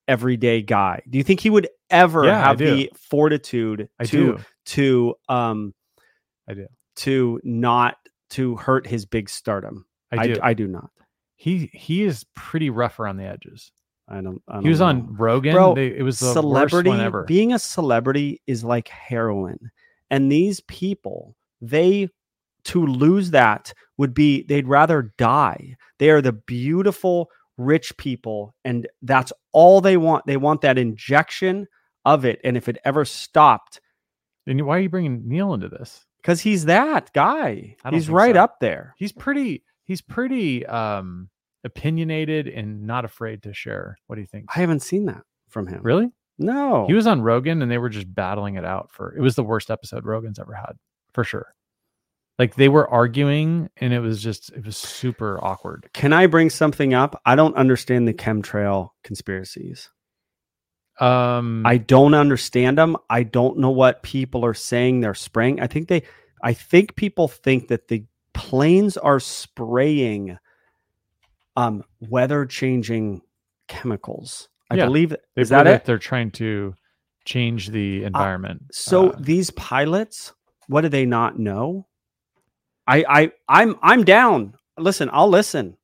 everyday guy? Do you think he would ever Yeah, I have do. the fortitude i to do to um I do. to not to hurt his big stardom? i do I, do not. he he is pretty rough around the edges I don't. I don't he was know. on rogan Um, Bro, they, it was the worst celebrity one ever being a celebrity is like heroin and these people they to lose that would be they'd rather die they are the beautiful rich people and that's all they want they want that injection of it and if it ever stopped and why are you bringing neil into this because he's that guy I don't he's think right so. up there he's pretty he's pretty um opinionated and not afraid to share what do you think i Oh. haven't seen that from him really no he was on rogan and they were just battling it out for it was the worst episode rogan's ever had for sure like they were arguing and it was just it was super awkward can i bring something up i don't understand the chemtrail conspiracies um I don't understand them. I don't know what people are saying they're spraying. I think they I think people think that the planes are spraying um weather changing chemicals. I Yeah. believe they is that believe it? they're trying to change the environment So uh, these pilots, what do they not know? I I I'm I'm down. Listen, I'll listen.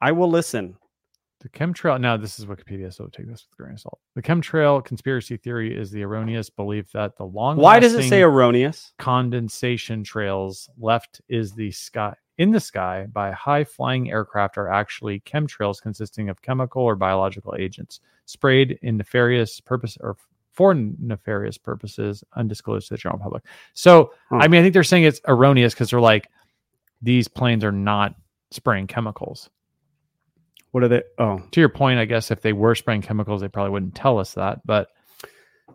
I will listen. The chemtrail, now this is Wikipedia, so take this with a grain of salt. The chemtrail conspiracy theory is the erroneous belief that the long Why does it say erroneous? condensation trails left is the sky in the sky by high flying aircraft are actually chemtrails consisting of chemical or biological agents sprayed in nefarious purpose or for nefarious purposes undisclosed to the general public. So, Hmm. I mean, I think they're saying it's erroneous because they're like these planes are not spraying chemicals. What are they? Oh, To your point, I guess if they were spraying chemicals, they probably wouldn't tell us that. But,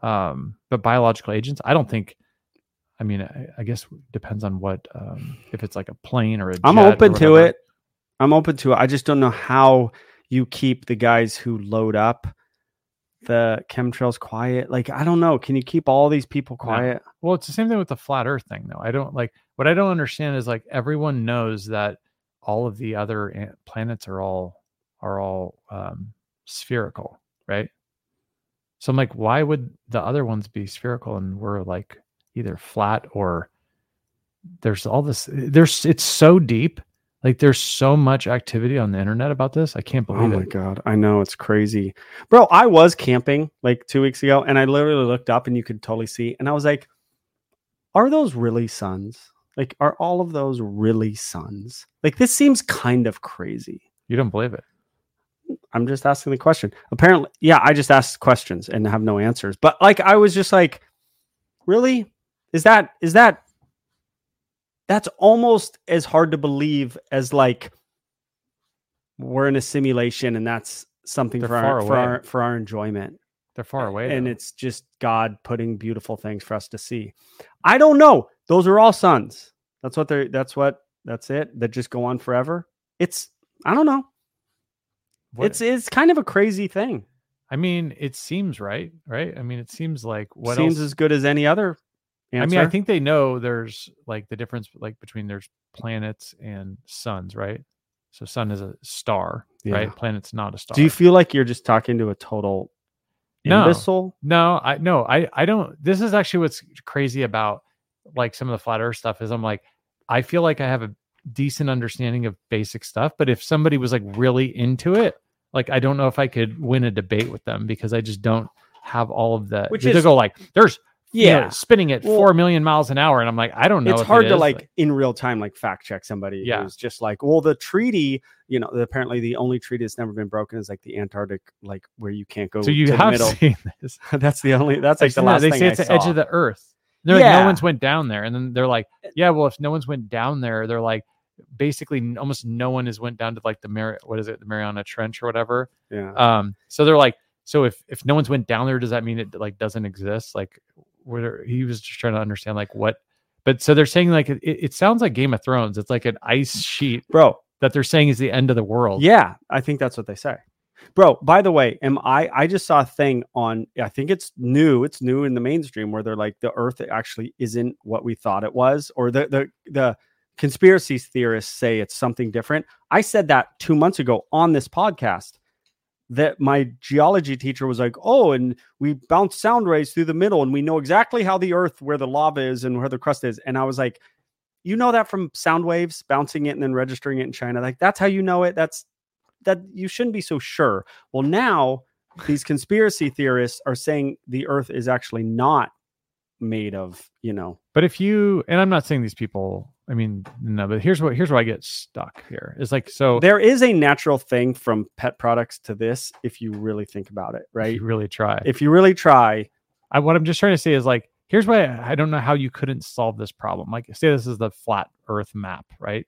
um, but biological agents, I don't think. I mean, I, I guess it depends on what um, if it's like a plane or a. I'm jet or open to whatever. it. I'm open to it. I just don't know how you keep the guys who load up the chemtrails quiet. Like, I don't know. Can you keep all these people quiet? Well, it's the same thing with the flat earth thing, though. I don't like what I don't understand is like everyone knows that all of the other an- planets are all are all um spherical, right? So I'm like, why would the other ones be spherical and we're like either flat or there's all this there's it's so deep. Like there's so much activity on the internet about this. I can't Oh believe my it. god, I know it's crazy, bro. I was camping like two weeks ago, and I literally looked up, and you could totally see. And I was like, "Are those really suns? Like, are all of those really suns? Like, this seems kind of crazy." You don't believe it. I'm just asking the question. Apparently, yeah, I just asked questions and have no answers. But like I was just like, really? Is that is that that's almost as hard to believe as like we're in a simulation and that's something They're for our, far for away. our for our enjoyment. They're far away. and though. it's just God putting beautiful things for us to see. I don't know. Those are all suns. That's what they're that's what that's it. That just go on forever. It's I don't know. What- It's it's kind of a crazy thing. I mean, it seems right, right? I mean, it seems like what seems else? as good as any other answer. I mean, I think they know there's like the difference, like between there's planets and suns, right? So sun is a star, Yeah. right? Planet's not a star. Do you feel like you're just talking to a total No. imbecile? no, I no, I I don't. This is actually what's crazy about like some of the flat Earth stuff is I'm like, I feel like I have a decent understanding of basic stuff, but if somebody was like really into it, like I don't know if I could win a debate with them because I just don't have all of the. Which they is- go like, there's you know, Yeah. spinning at Well- four million miles an hour, and I'm like, I don't know. it's if it hard to is, like in real time like fact check somebody Yeah. who's just like, well, the treaty, you know, apparently the only treaty that's never been broken is like the Antarctic, like where you can't go So you to the have middle. seen this. (laughs) that's the only that's like I've (laughs) the seen that. last they thing say I it's the edge saw. of the earth. They're like, no Yeah. Uh, one's went down there, and then they're like, yeah, well, if no one's went down there, they're like, basically, n- almost no one has went down to like the Mar- what is it, the Mariana Trench or whatever. yeah. Um, so they're like, so if if no one's went down there, does that mean it like doesn't exist? Like, where he was just trying to understand like what. But so they're saying like it, it it sounds like Game of Thrones. It's like an ice sheet Bro, that they're saying is the end of the world. Yeah, I think that's what they say. Bro, by the way, am I I just saw a thing on I think it's new, it's new in the mainstream where they're like the earth actually isn't what we thought it was or the the the conspiracy theorists say it's something different. I said that 2 months ago on this podcast that my geology teacher was like, "Oh, and we bounce sound rays through the middle and we know exactly how the earth where the lava is and where the crust is." And I was like, "You know that from sound waves bouncing it and then registering it in China. Like that's how you know it. That's that you shouldn't be so sure. Well, now these conspiracy theorists are saying the earth is actually not made of, you know, But if you and I'm not saying these people, I mean no, but here's what here's where I get stuck here. It's like so there is a natural thing from pet products to this if you really think about it, if right? you really try. If you really try, I what I'm just trying to say is like here's why I I don't know how you couldn't solve this problem. Like say this is the flat earth map, right?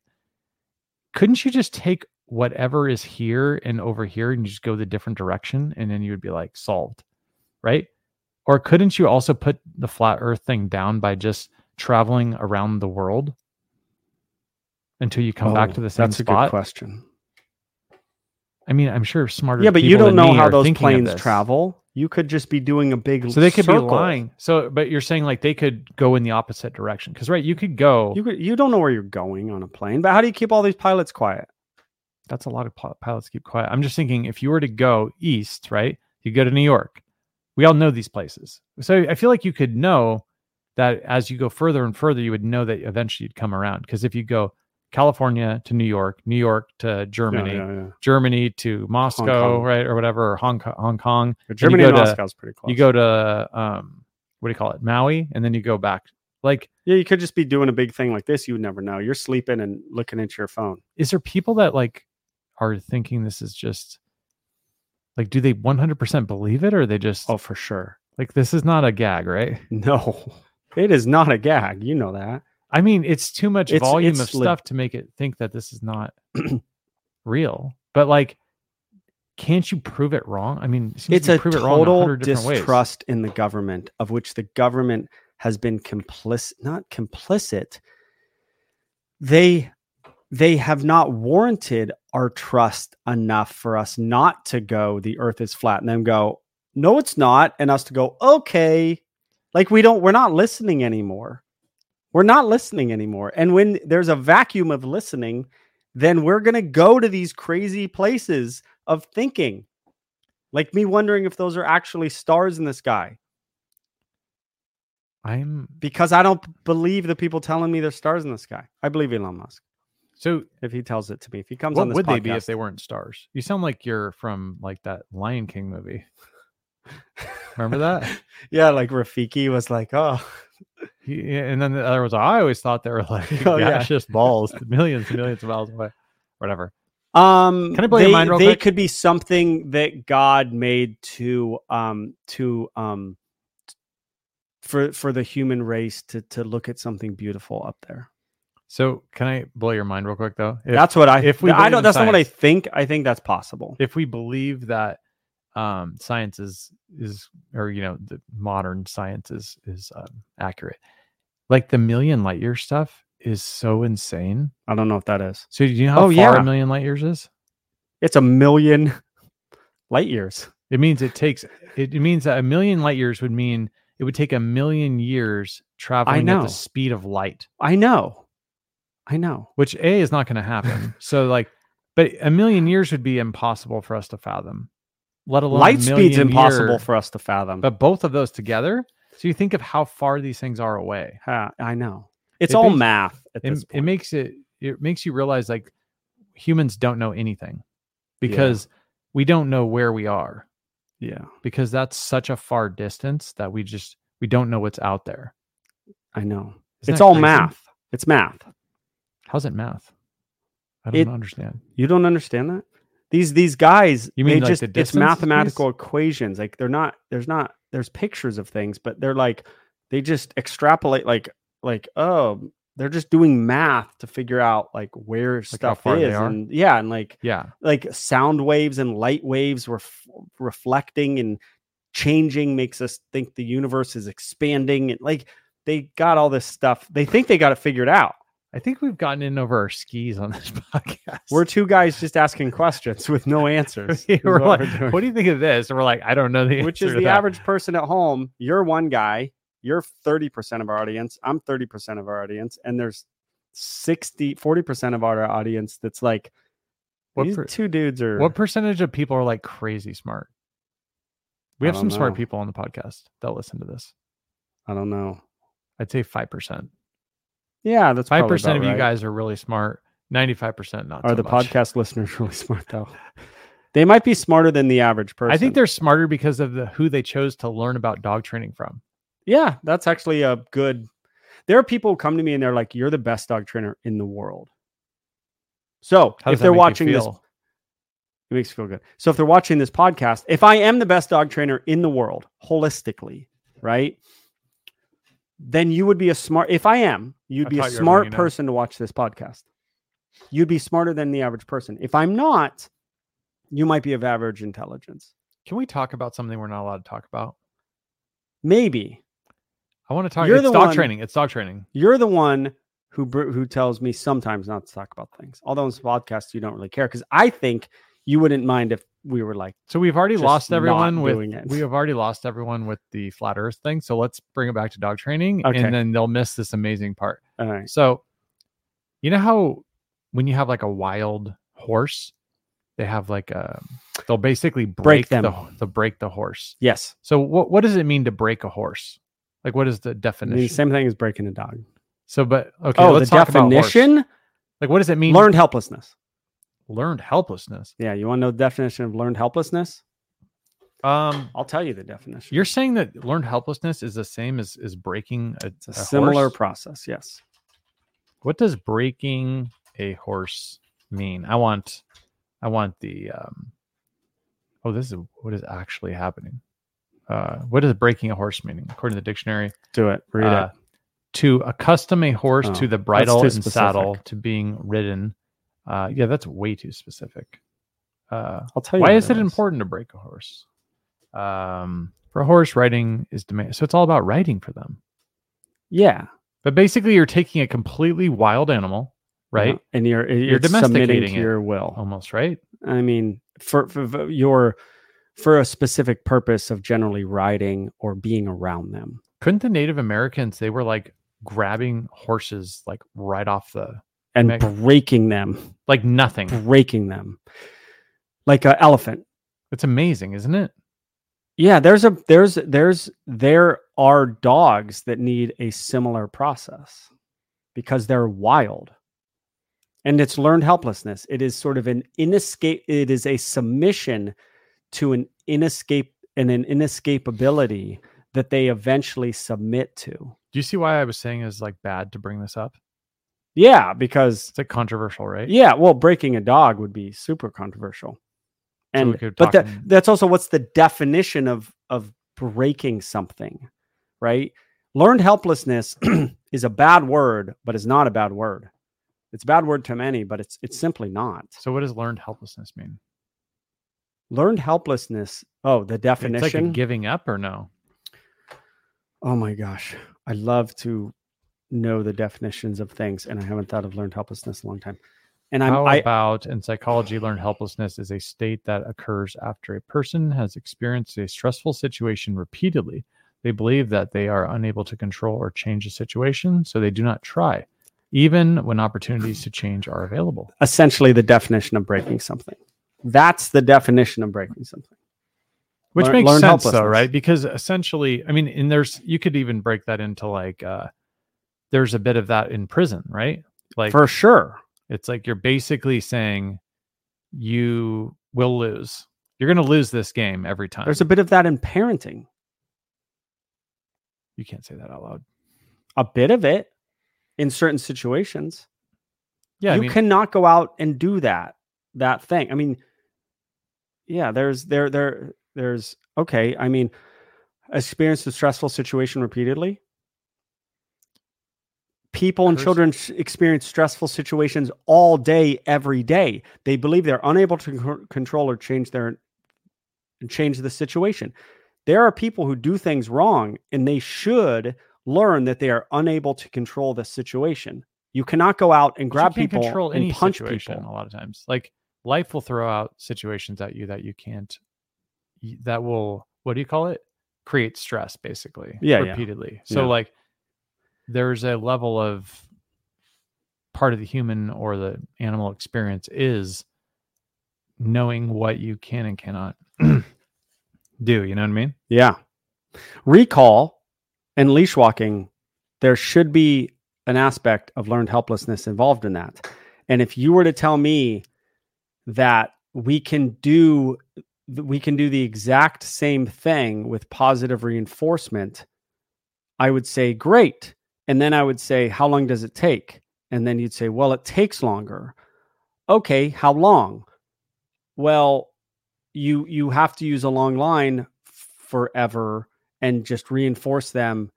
Couldn't you just take whatever is here and over here and just go the different direction and then you would be like solved, right? Or couldn't you also put the flat earth thing down by just traveling around the world until you come back Oh, to the same that's a spot? good question. I mean, I'm sure smarter. Yeah, but you people don't than know me how are those thinking of planes this. travel. You could just be doing a big So they could circle. be lying. So, but you're saying like they could go in the opposite direction because right, you could go. You could, you don't know where you're going on a plane, but how do you keep all these pilots quiet? that's a lot of pil- pilots keep quiet. I'm just thinking if you were to go east, right, you go to New York. We all know these places, so I feel like you could know that as you go further and further, you would know that eventually you'd come around. Because if you go California to New York, New York to Germany, Germany to Moscow, Kong. right, or whatever, or Hong Kong, Hong Kong. But Germany go and to- Moscow's pretty close. You go to um, what do you call it, Maui, and then you go back. Like, yeah, you could just be doing a big thing like this. You would never know. You're sleeping and looking at your phone. is there people that like are thinking this is just like, do they one hundred percent believe it, or are they just Oh, for sure. like this is not a gag, right? (laughs) No, it is not a gag. You know that. I mean, it's too much It's- volume it's of lit- stuff to make it think that this is (clears throat) not real. But like, can't you prove it wrong? I mean, it seems It's you a can prove it wrong a total hundred different ways. distrust in the government, of which the government has been complicit, not complicit. They they have not warranted our trust enough for us not to go the earth is flat and them go no it's not and us to go okay like we don't we're not listening anymore we're not listening anymore and when there's a vacuum of listening then we're going to go to these crazy places of thinking like me wondering if those are actually stars in the sky I'm because I don't believe the people telling me they're stars in the sky. I believe Elon Musk so. if he tells it to me. If he comes on What this would podcast, they be if they weren't stars? You sound like you're from like that Lion King movie. (laughs) Remember that? yeah, like Rafiki was like, oh, He- and then the other was, I always thought they were like Oh, yeah. (laughs) gaseous balls, millions and millions of miles away, whatever. um, Can I blow your they, mind real they quick? could be something that God made to um to um t- for for the human race to to look at something beautiful up there. So, can I blow your mind real quick though? If- that's what I if we I believe don't in that's not what I science. think. I think that's possible. if we believe that um, science is is or you know the modern science is is um, accurate, like the million light year stuff is so insane. I don't know if that is. So do you know how Oh, far yeah. a million light years is? It's a million (laughs) light years. It means it takes it, it means that a million light years would mean it would take a million years traveling at know. the speed of light, I know. I know. which a is not going to happen. (laughs) so like, but a million years would be impossible for us to fathom. Let alone a Light speed's million impossible year- for us to fathom. but both of those together. So you think of how far these things are away. Ha, I know. It's It all makes- math at It, this it point. makes it it makes you realize like humans don't know anything because we don't know where we are yeah, because that's such a far distance that we just we don't know what's out there. I know. Isn't it's that all crazy? math. It's math. How's it math? I don't It- understand. You don't understand that? These these guys, You mean they like just the it's distance mathematical equations. Like they're not there's not there's pictures of things, but they're like they just extrapolate like like oh they're just doing math to figure out like where stuff far they is are? and yeah and like Yeah. like sound waves and light waves ref- reflecting and changing makes us think the universe is expanding and like they got all this stuff they think they got it figured out I think we've gotten in over our skis on this (laughs) podcast. we're two guys just asking questions with no answers (laughs) We're is what like, we're doing. what do you think of this? And we're like, I don't know the which answer is to the that." average person at home you're one guy you're 30% of our audience i'm 30% of our audience and there's 60 40% of our audience that's like What these per- two dudes are What percentage of people are like crazy smart? We I have some don't smart know. people on the podcast that listen to this. i don't know I'd say five percent. yeah that's Five probably about percent of you right. guys are really smart. Ninety-five percent not. Are so the much. podcast listeners (laughs) really smart though? They might be smarter than the average person. I think they're smarter because of the who they chose to learn about dog training from. yeah, that's actually a good. There are people who come to me and they're like, "You're the best dog trainer in the world." So How if does that they're make you watching this, feel? it makes you feel good. So if they're watching this podcast, if I am the best dog trainer in the world holistically, right? Then you would be a smart. If I am, you'd I be a thought you were smart bringing it up. person to watch this podcast. You'd be smarter than the average person. If I'm not, you might be of average intelligence. can we talk about something we're not allowed to talk about? Maybe I want to talk. You're it's the dog one- training. It's dog training. you're the one who br- who tells me sometimes not to talk about things. Although in this podcast you don't really care because I think you wouldn't mind if we were like, So we've already Just lost not everyone with doing it. we have already lost everyone with the flat Earth thing. So let's bring it back to dog training, Okay. and then they'll miss this amazing part. all right, So, you know how when you have like a wild horse, they have like a they'll basically break, Break them. the ho- they'll break the horse. yes, So what what does it mean to break a horse? Like what is the I mean, definition? same thing as breaking a dog. so, but okay, oh, the let's talk about horse. definition. Like, what does it mean? Learned helplessness. learned helplessness. Yeah, you want to know the definition of learned helplessness? Um, I'll tell you the definition. you're saying that learned helplessness is the same as is breaking a, it's a, similar horse? process. Yes. what does breaking a horse mean? I want, I want the. Um, oh, this is what is actually happening. Uh, what does breaking a horse mean according to the dictionary? Do it. Read Uh, To accustom a horse Oh, to the that's bridle too and saddle specific. to being ridden. Uh, yeah, that's way too specific. Uh, it. I'll tell you. why what is it important to break a horse? Um, for a horse, riding is demand. So it's all about riding for them. Yeah. But basically, you're taking a completely wild animal, right? Yeah. uh-huh. And you're you're, submitting domesticating to it. Oh your will. Almost right. I mean, for, for for your for a specific purpose of generally riding or being around them. Couldn't the Native Americans? They were like grabbing horses, like right off the, and Meg- breaking them, like nothing. breaking them like an elephant. It's amazing, isn't it? Yeah, there's a there's there's there are dogs that need a similar process because they're wild. And it's learned helplessness. It is sort of an inescape it is a submission to an inescape and an inescapability that they eventually submit to. Do you see why I was saying it was like bad to bring this up? Yeah, because It's like controversial, right? Yeah, well, breaking a dog would be super controversial. So we And could but talk that, in- that's also what's the definition of of breaking something, right? Learned helplessness (clears throat) is a bad word, but it's not a bad word. It's a bad word to many, but it's it's simply not. So what does learned helplessness mean? Learned helplessness. Oh, the definition. It's like a giving up or no? oh my gosh. I love to know the definitions of things, and I haven't thought of learned helplessness in a long time. And I'm How I, about in psychology, learned helplessness is a state that occurs after a person has experienced a stressful situation repeatedly. They believe that they are unable to control or change the situation, so they do not try, even when opportunities to change are available. essentially the definition of breaking something. That's the definition of breaking something. Which Learn- makes learned sense, though, helplessness. right? Because essentially, I mean, and there's you could even break that into like uh, there's a bit of that in prison, right? Like For sure. It's like you're basically saying you will lose. You're going to lose this game every time. There's a bit of that in parenting. you can't say that out loud. A bit of it in certain situations. Yeah, you I mean, cannot go out and do that that thing. I mean, yeah, there's there there there's okay. I mean, experience a stressful situation repeatedly. People and Curse. children s- experience stressful situations all day, every day. They believe they're unable to c- control or change their change the situation. There are people who do things wrong, and they should learn that they are unable to control the situation. You cannot go out and but you grab can't people control and any punch situation people. A lot of times, like life will throw out situations at you that you can't. y- That will what do you call it? Create stress, basically. Yeah, yeah. repeatedly. So Yeah. like, there's a level of part of the human or the animal experience is knowing what you can and cannot (clears throat) do. You know what I mean? Yeah. Recall and leash walking, there should be an aspect of learned helplessness involved in that. And if you were to tell me that we can do we can do the exact same thing with positive reinforcement, I would say great. And then I would say how long does it take? And then you'd say, well, it takes longer. Okay, how long? Well, you you have to use a long line forever and just reinforce them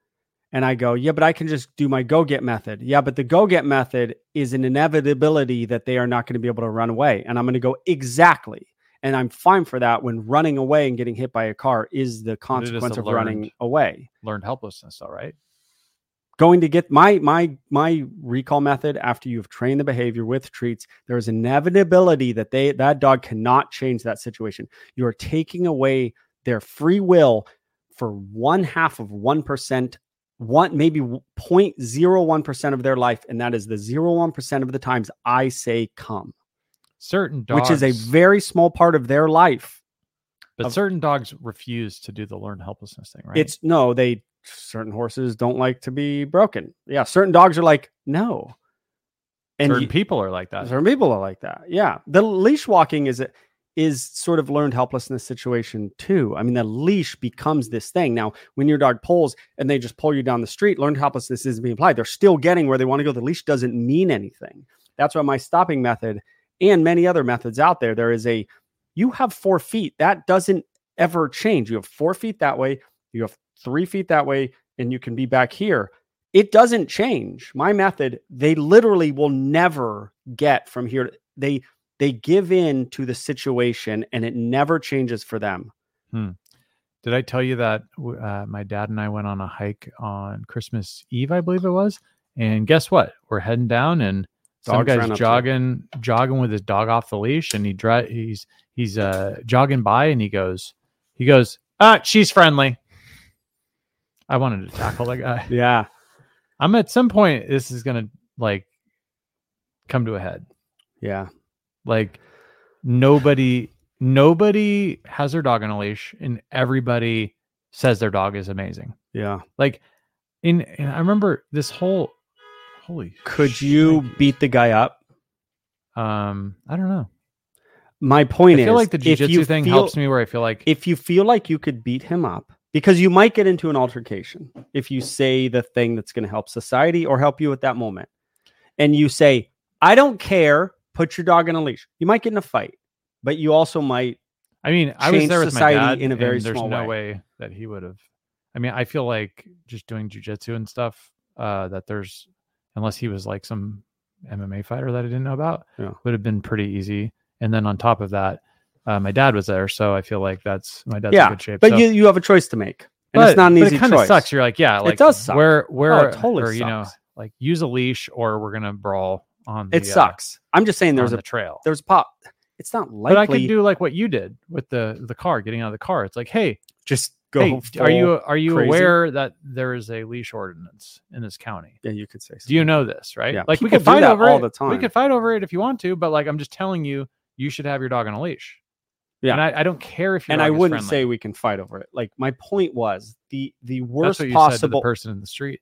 and i go yeah but i can just do my go get method yeah but the go get method is an inevitability that they are not going to be able to run away and i'm going to go exactly and i'm fine for that when running away and getting hit by a car is the But it is the consequence of learned- running away Learned helplessness, all right. going to get my my my recall method after you've trained the behavior with treats there is inevitability that they that dog cannot change that situation you are taking away their free will for one half of one percent one maybe 0.01% of their life and that is the 0.1% of the times i say come Certain dogs, which is a very small part of their life but of- certain dogs refuse to do the learned helplessness thing, right? it's no they certain horses don't like to be broken yeah certain dogs are like no and certain you- people are like that. certain people are like that. Yeah, the leash walking is a, is sort of learned helplessness situation too. I mean, the leash becomes this thing. Now, when your dog pulls and they just pull you down the street, learned helplessness isn't being applied. They're still getting where they want to go. The leash doesn't mean anything. That's why my stopping method and many other methods out there, there is a you have four feet that doesn't ever change. You have four feet that way. You have three feet that way, and you can be back here it doesn't change my method they literally will never get from here to, they they give in to the situation and it never changes for them Did I tell you that w- uh, my dad and I went on a hike on Christmas Eve, I believe it was? And guess what? We're heading down, and some Dogs ran guy's up to him. jogging, jogging with his dog off the leash, and he dri- he's he's uh, jogging by, and he goes, he goes, ah, she's friendly. I wanted to tackle that guy. (laughs) yeah I'm at some point. This is gonna like come to a head. yeah Like nobody nobody has their dog on a leash and everybody says their dog is amazing. yeah Like in and I remember this whole holy could you shnikes. beat the guy up um I don't know. my point I feel is like the if you jujitsu thing feel- helps me where I feel like if you feel like you could beat him up because you might get into an altercation if you say the thing that's going to help society or help you at that moment and you say i don't care put your dog on a leash you might get in a fight but you also might I mean I was change there with my society dad in a very and there's small no way. that he would have I mean I feel like just doing jujitsu and stuff uh that there's unless he was like some MMA fighter that I didn't know about Yeah. would have been pretty easy. And then on top of that uh, my dad was there, so I feel like that's my dad's Yeah, in good shape. But so- you you have a choice to make, and it's not an easy it kind of choice. sucks. You're like, yeah, like does suck. Where where Oh, it totally or, you know, sucks. like use a leash or we're gonna brawl on. The, it uh, sucks. I'm just saying there's on a the trail. there's a pop. It's not likely. But I could do like what you did with the the car, getting out of the car. It's like, hey, just go. hey, d- are you are you crazy. aware that there is a leash ordinance in this county? Yeah, you could say. Do you know this, right? Yeah, Like we people could do fight that over all it. the We time. could fight over it if you want to, but like I'm just telling you, you should have your dog on a leash. Yeah. and I, I don't care if you're. and I wouldn't say we can fight over it. Like my point was the the That's worst what you said to the possible. person in the street.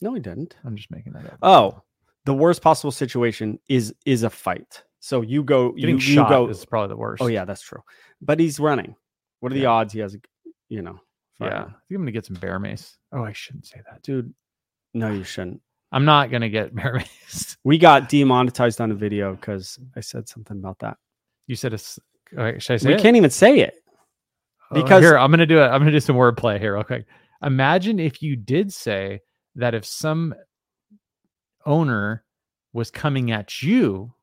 no, he didn't. I'm just making that up. Oh, the worst possible situation is is a fight. So you go. Getting You, you shot go. is probably the worst. oh yeah, that's true. But he's running. What are the Yeah. odds he has? a g- You know. Yeah. I firearm? think I'm going to get some bear mace. Oh, I shouldn't say that. dude. No, you shouldn't. I'm not going to get bear (laughs) mace. We got demonetized on a video because I said something about that. You said it's. Okay, should I say We it? can't even say it. Oh, because- here, I'm going to do it. I'm going to do some wordplay here real quick. Imagine if you did say that if some owner was coming at you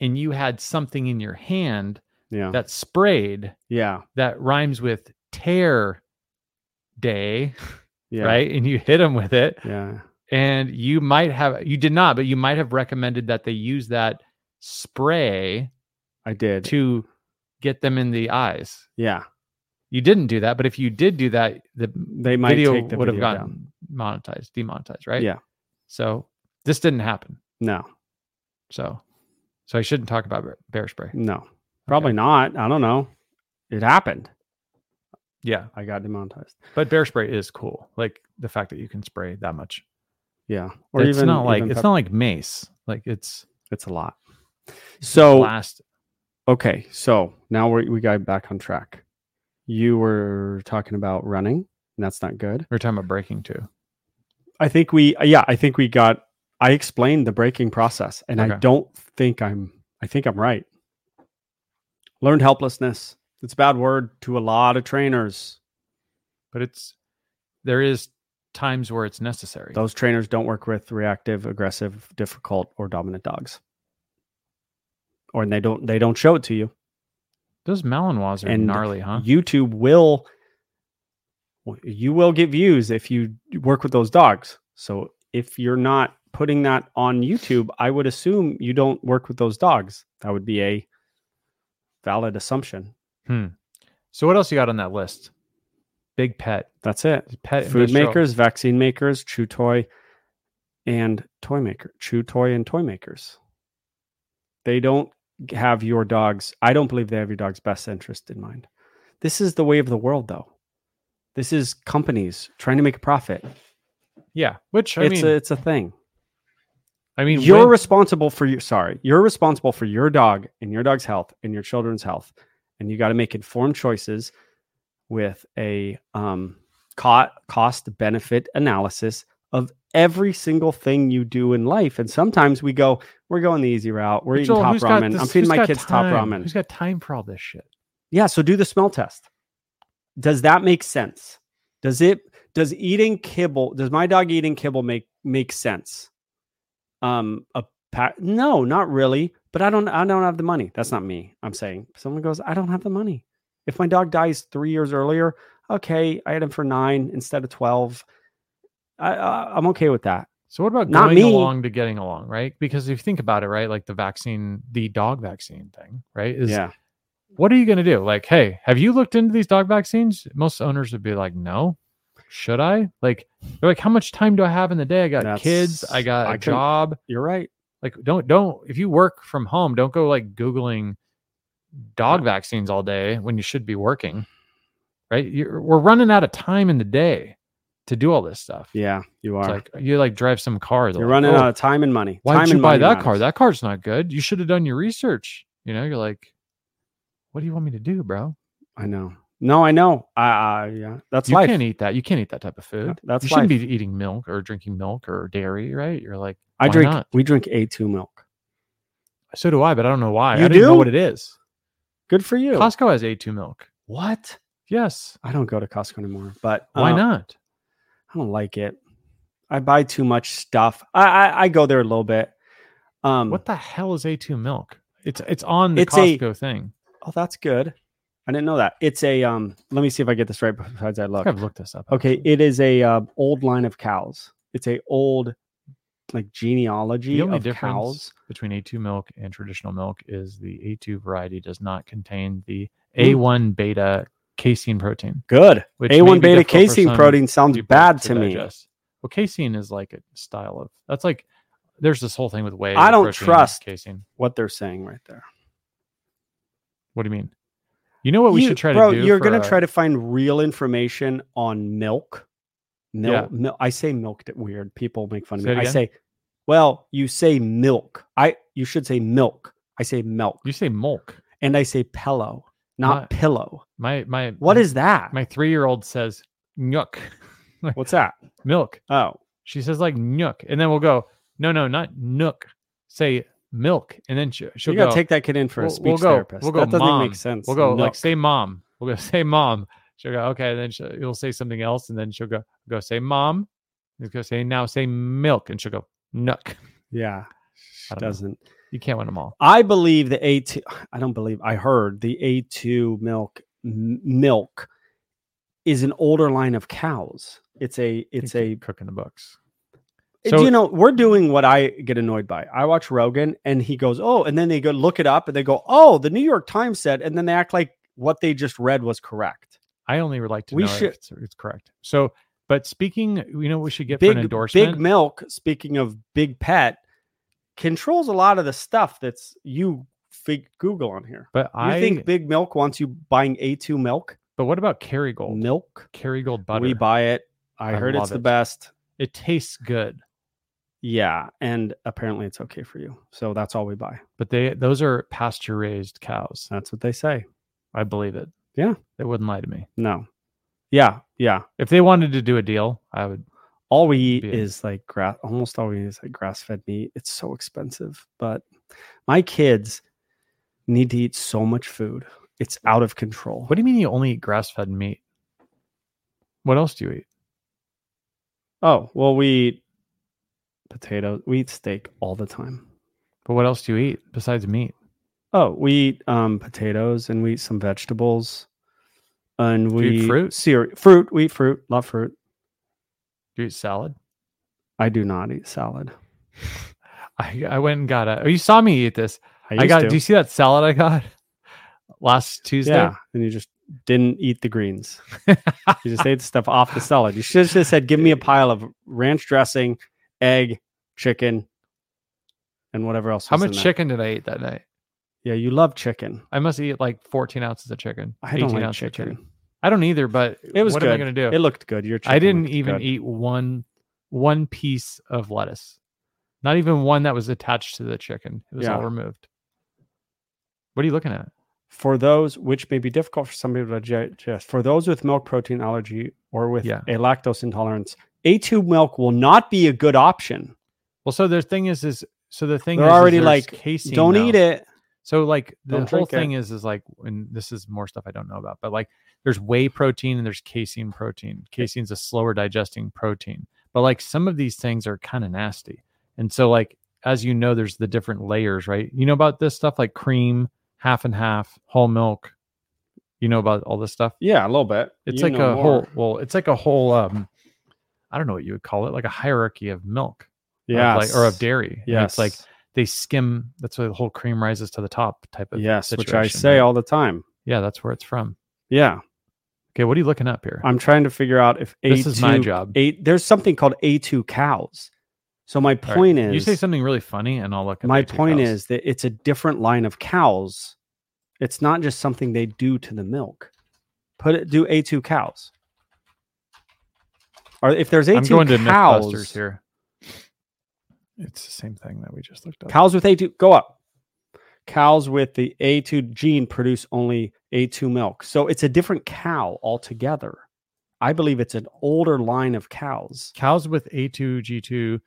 and you had something in your hand Yeah. that sprayed yeah. that rhymes with tear day, Yeah. right? And you hit him with it. Yeah. and you might have you did not but you might have recommended that they use that spray I did. to get them in the eyes yeah. you didn't do that but if you did do that the They might video take the would have video gotten monetized demonetized right Yeah. so this didn't happen No. so so i shouldn't talk about bear- bear spray No. Probably not. I don't know. It happened. yeah I got demonetized. but bear spray is cool like the fact that you can spray that much Yeah. or it's not like even it's pep- not like mace like it's It's a lot. So last okay. So now we we got back on track. You were talking about running, and that's not good. we're talking about breaking too I think we, yeah, I think we got. I explained the breaking process, and I Okay. don't think I'm. I think I'm right. Learned helplessness. It's a bad word to a lot of trainers. but it's there is times where it's necessary Those trainers don't work with reactive, aggressive, difficult, or dominant dogs. Or they don't. They don't show it to you. Those Malinois are And gnarly, huh? YouTube will. You will get views if you work with those dogs. So if you're not putting that on YouTube, I would assume you don't work with those dogs. That would be a valid assumption. so what else you got on that list? Big pet, That's it. pet Food industrial- makers, vaccine makers, chew toy, and toy maker, chew toy and toy makers. They don't have your dogs. I don't believe they have your dog's best interest in mind. This is the way of the world, though. This is companies trying to make a profit. Yeah, which I it's mean, a, it's a thing. I mean, you're when- responsible for your sorry you're responsible for your dog and your dog's health and your children's health and you got to make informed choices with a um, co- cost benefit analysis of every single thing you do in life and sometimes we go we're going the easy route we're But Joel, eating who's top got ramen this- i'm feeding who's my got kids top time? ramen Who's got time for all this shit? yeah, so do the smell test. Does that make sense? Does it does eating kibble does my dog eating kibble make make sense? Um a pa- no, not really, but I don't I don't have the money. That's not me. I'm saying someone goes, I don't have the money. If my dog dies 3 years earlier, okay, I had him for 9 instead of 12. I, I I'm okay with that. So what about Not going me. along to getting along, right? Because if you think about it, right, like the vaccine, the dog vaccine thing, right? Is yeah. what are you going to do? Like, hey, have you looked into these dog vaccines? Most owners would be like, no. Should I? Like, they're like, how much time do I have in the day? I got That's- kids. I got a I couldn't- job. You're right. Like, don't don't if you work from home, don't go like googling dog vaccines all day when you should be working. Right? You're, we're running out of time in the day to do all this stuff. Yeah, you It's are. like you like drive some cars. you're running out of time and money. Why'd time you and buy money that matters. car? That car's not good. You should have done your research. You know, you're like, what do you want me to do, bro? I know. No, I know. I, I yeah. That's you life. can't eat that. You can't eat that type of food. that's you shouldn't life. be eating milk or drinking milk or dairy, right? You're like, I why drink. not? We drink A2 milk. so do I, but I don't know why. You I don't know do? what it is. Good for you. Costco has A2 milk. what? Yes. I don't go to Costco anymore. But Why uh, not? I don't like it. I buy too much stuff. I I, I go there a little bit. Um. What the hell is A2 milk? It's it's on the It's a- Costco thing. oh, that's good. I didn't know that. It's a um. Let me see if I get this right. Besides, I I look. think I've looked this up. Okay, actually. it is a uh, old line of cows. It's a old like genealogy the only of difference cows. between A2 milk and traditional milk is the A2 variety does not contain the Mm. A1 beta casein protein. Good. Which may A1 be beta difficult for casein some protein sounds people bad to me. digest. Well, casein is like a style of that's like there's this whole thing with whey. I don't protein, trust- casein. What they're saying right there. What do you mean? You know what we You- should try bro, to do? You're for uh, gonna a- try to find real information on milk. Yeah. Milk, milk. I say milk. d- Weird. People make fun of Say me. it I again? say, well, you say milk. I. You should say milk. I say milk, You say milk. and I say pillow, not My- pillow. My my What my, is that? my three year old says nook What's that? milk. Oh, She says like nook, and then we'll go no no not nook. Say milk, and then she, she'll you gotta go. take that kid in for a we'll- speech we'll go- therapist. we'll go, that doesn't even "Mom." make sense. We'll go uh, like Milk. say mom. We'll go (laughs) say mom. She'll go okay. Then she'll, will say something else, and then she'll go go say mom. Let's go say now say milk, and she'll go nook. yeah. I don't know. Doesn't. You can't win them all. I believe the A2, (sighs) I don't believe, I heard the A2 milk m- milk is an older line of cows. It's a, You it's keep a, cooking the books. it- So- you know, we're doing what I get annoyed by. I watch Rogan and he goes, oh, and then they go look it up and they go, oh, the New York Times said, and then they act like what they just read was correct. I only would like to We know if should- it's, it's correct. So, but speaking, you know, what we should get for an Big, endorsement. big milk, speaking of big pet, controls a lot of the stuff that's you fig- Google on here. but You I think big milk wants you buying A2 milk? But what about Kerrygold? Milk? Kerrygold butter. We buy it. I, I heard love it's the it. best. it tastes good, Yeah, and apparently it's okay for you. So that's all we buy. but they those are pasture raised cows. That's what they say. I believe it. Yeah. They wouldn't lie to me. No. Yeah, yeah. If they wanted to do a deal, I would All we eat Yeah. is like grass. Almost all we eat is like grass-fed meat. It's so expensive, but my kids need to eat so much food. It's out of control. What do you mean you only eat grass fed meat? What else do you eat? Oh, well, we eat potatoes. We eat steak all the time. But what else do you eat besides meat? Oh, we eat um, potatoes and we eat some vegetables, and you eat we fruit? cere- fruit. We eat fruit. Love fruit. Do you eat salad? I do not eat salad. I, I went and got a. Oh, you saw me eat this. I, I, used got. to. Do you see that salad I got (laughs) last Tuesday? yeah, and you just didn't eat the (laughs) greens. you just ate the stuff off the salad. You should have just said, "Give me a pile of ranch dressing, egg, chicken, and whatever else." How was in much that." chicken did I eat that night? Yeah, you love chicken. I must eat like 14 ounces of chicken. I don't like ounces of chicken. I don't either, but It was what good. am I going to do? It looked good. Your chicken I didn't looked even good. eat one one piece of lettuce. Not even one that was attached to the chicken. It was all Yeah. removed. What are you looking at? for those which may be difficult for some people to digest for those with milk protein allergy or with Yeah. a lactose intolerance a2 milk will not be a good option Well, so the thing is, is so the thing They're is, is already there's like, casein. don't though. eat it So like the Don't whole drink it. thing is is like, and this is more stuff I don't know about, but like there's whey protein and there's casein protein. Casein's a slower digesting protein, but like some of these things are kind of nasty. And so like as you know, there's the different layers, right? You know about this stuff like cream, half and half, whole milk. You know about all this stuff. yeah a little bit It's You like know a more. whole. Well, it's like a whole. um I don't know what you would call it, like a hierarchy of milk, yeah like, or of dairy. And yeah it's like they skim. That's why the whole cream rises to the top type of yes which i situation, say right? all the time Yeah, that's where it's from. yeah Okay, what are you looking up here? i'm trying to figure out if a2 this is my job. eight there's something called a2 cows so my All right, point is you say something really funny, and I'll look. At my the two point cows. is that it's a different line of cows. It's not just something they do to the milk. Put it do A2 cows. Or if there's I'm going A2 to MythBusters cows, here. It's the same thing that we just looked up. cows with A2 go up. Cows with the A2 gene produce only A2 milk. So it's a different cow altogether. I believe it's an older line of cows. Cows with A2 G2,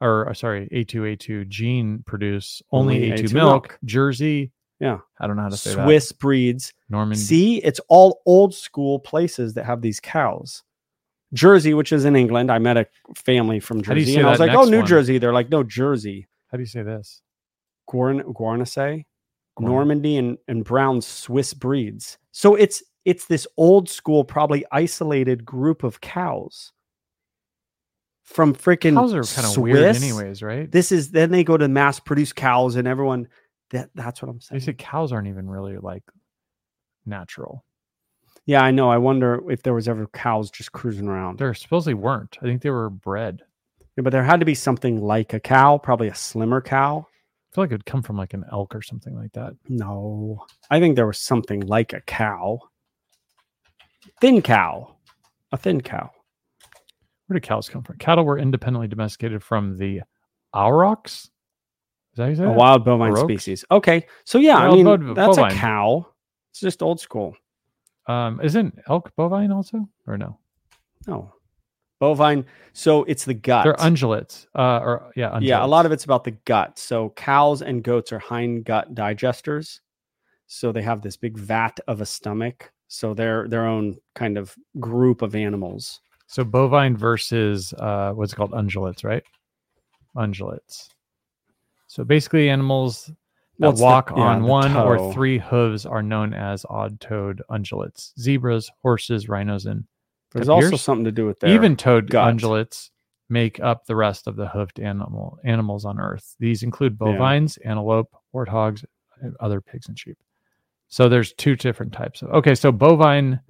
or uh, sorry, A2 A2 gene produce Only only, A2, A2 milk. milk. Jersey. Yeah. I don't know how to say that. Swiss breeds Norman. See, it's all old school places that have these cows. Jersey, which is in England, I met a family from How do you Jersey, say and I was that like, "Oh, next New one?" Jersey." They're like, "No, Jersey, How do you say this? Guarn- Guarnasse, Guarn- Normandy, and and Brown Swiss breeds." So it's it's this old school, probably isolated group of cows from freaking Cows are kind kind of weird, anyways, right? This is then they go to mass produce cows, and everyone that that's what I'm saying. They said cows aren't even really like natural. Yeah, I know. I wonder if there was ever cows just cruising around. There supposedly weren't. I think they were bred. Yeah, but there had to be something like a cow, probably a slimmer cow. I feel like it would come from like an elk or something like that. No, I think there was something like a cow. Thin cow, a thin cow. Where do cows come from? Cattle were independently domesticated from the aurochs. Is that how you say A that? wild bovine Baroque? species. Okay, so yeah, I Wild mean bov- that's bovine. a cow. It's just old school. Um, isn't elk bovine also or no? No, bovine. So it's the gut. They're ungulates. Uh, or yeah, ungulates. yeah, a lot of it's about the gut. So cows and goats are hind gut digesters. So they have this big vat of a stomach. So they're their own kind of group of animals. So bovine versus uh, what's it called ungulates, right? Ungulates. So basically, animals that What's the- walk yeah, on the one toe. or three hooves are known as odd-toed ungulates. Zebras, horses, rhinos, and There's Their also ears? something to do with their Even toed gut. ungulates make up the rest of the hoofed animal animals on Earth. These include Yeah. bovines, antelope, warthogs, and other pigs and sheep. So there's two different types of. Okay, so bovine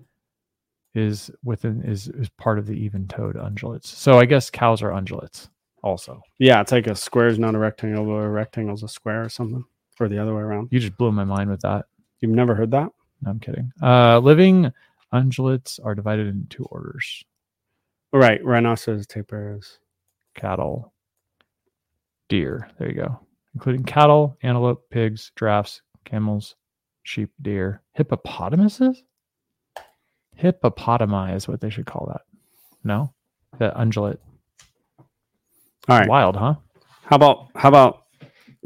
is within is is part of the even-toed ungulates. So I guess cows are ungulates also. yeah, it's like a square is not a rectangle, but a rectangle's a square or something, or the other way around. You just blew my mind with that. You've never heard that? No, I'm kidding. Uh, living ungulates are divided into two orders: Right, rhinoceros, tapirs. cattle, deer. There you go, including cattle, antelope, pigs, giraffes, camels, sheep, deer, hippopotamuses. Hippopotami is what they should call that. No, the ungulate. All right, Wild, huh? how about how about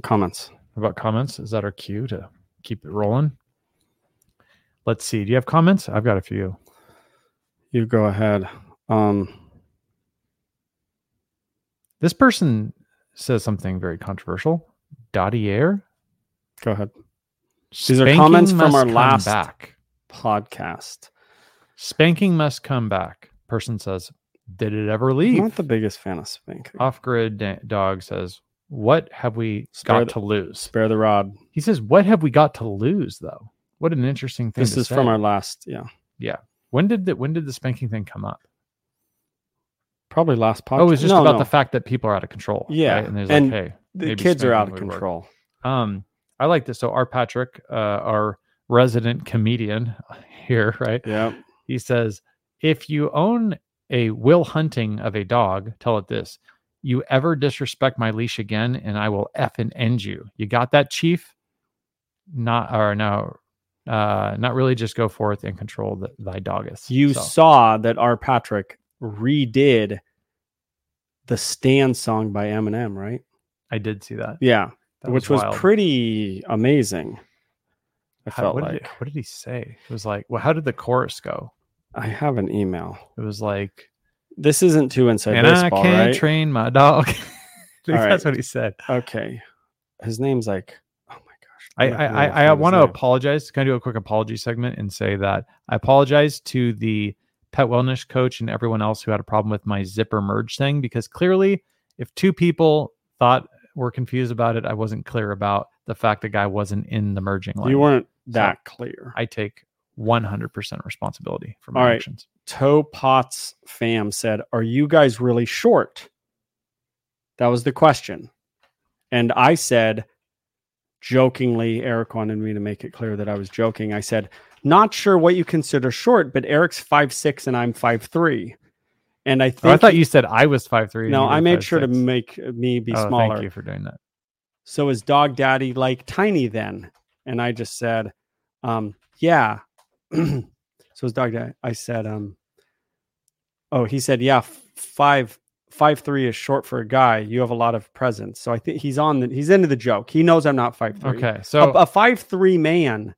comments? What about comments? Is that our cue to keep it rolling? Let's see. Do you have comments? I've got a few. You go ahead. Um, This person says something very controversial. Dottier. go ahead. These are comments from our last- back. Podcast. Spanking must come back. Person says, Did it ever I'm leave? not the biggest fan of spanking. Off grid da- dog says, What have we Spare got the- to lose? Spare the rod. He says, What have we got to lose though? What an interesting thing. This to is from say. our last, yeah, when did the when did the spanking thing come up? probably last podcast. Oh, it was just No, about no. the fact that people are out of control. Yeah, right? And there's and like, hey, the maybe kids are out of spanking would work. control. um, I like this. So our Patrick, uh, our resident comedian uh, here, right? Yeah, He says, if you own a will hunting of a dog, tell it this you ever disrespect my leash again, and I will effing end you. You got that, Chief? Not or no, uh, not really. Just go forth and control th- thy doggess. You So, saw that R. Patrick redid the Stand song by Eminem, right? I did see that, Yeah, That which was, wild. pretty amazing. I How- felt what, like did, what did he say? It was like, well, how did the chorus go? I have an email. It was like, This isn't too inside and I baseball, can't right? train my dog. (laughs) I think All that's right. what he said. okay, his name's like oh my gosh. I don't know I, if I, know I his want to name. apologize. Can I do a quick apology segment and say that I apologize to the pet wellness coach and everyone else who had a problem with my zipper merge thing because clearly, if two people thought were confused about it, I wasn't clear about the fact the guy wasn't in the merging line. You weren't that clear. I take 100% responsibility for my All right. actions. Toe Potts fam said, Are you guys really short? That was the question. And I said, jokingly, Eric wanted me to make it clear that I was joking. I said, Not sure what you consider short, but Eric's five six and I'm five three. And I Oh, think I thought you said I was five three. no, I made sure to make me be oh, smaller. Thank you for doing that. So is dog daddy like tiny then? And I just said, um, yeah. (clears throat) so is dog daddy. I said, um, oh, he said, yeah, f- five five three is short for a guy. You have a lot of presence. So I think he's on the he's into the joke. He knows I'm not five three. Okay, A, so a five three man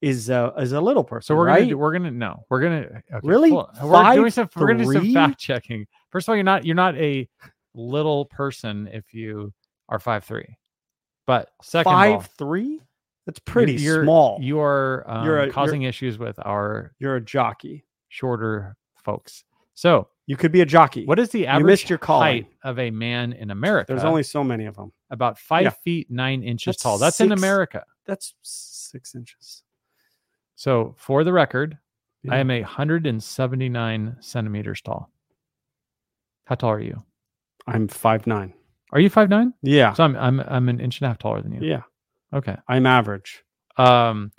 is uh is a little person. So we're right? gonna do, we're gonna no we're gonna okay, Really? hold on. we're doing Five, some we're gonna do some three? fact checking. First of all, you're not you're not a little person if you are five three. But second of all, five three. That's pretty you're, small. You, You are um, You're a- you're- causing issues with our are a jockey. shorter folks. So You could be a jockey. what is the you average missed your calling. height uh, of a man in America? There's only so many of them. about five yeah. feet nine inches That's tall. That's in six- America. That's six inches. So for the record, I Yeah. am a hundred and seventy nine centimeters tall. How tall are you? I'm five nine. Are you five nine? Yeah. So I'm I'm I'm an inch and a half taller than you. Ah. Yeah. Okay. I'm average. Um.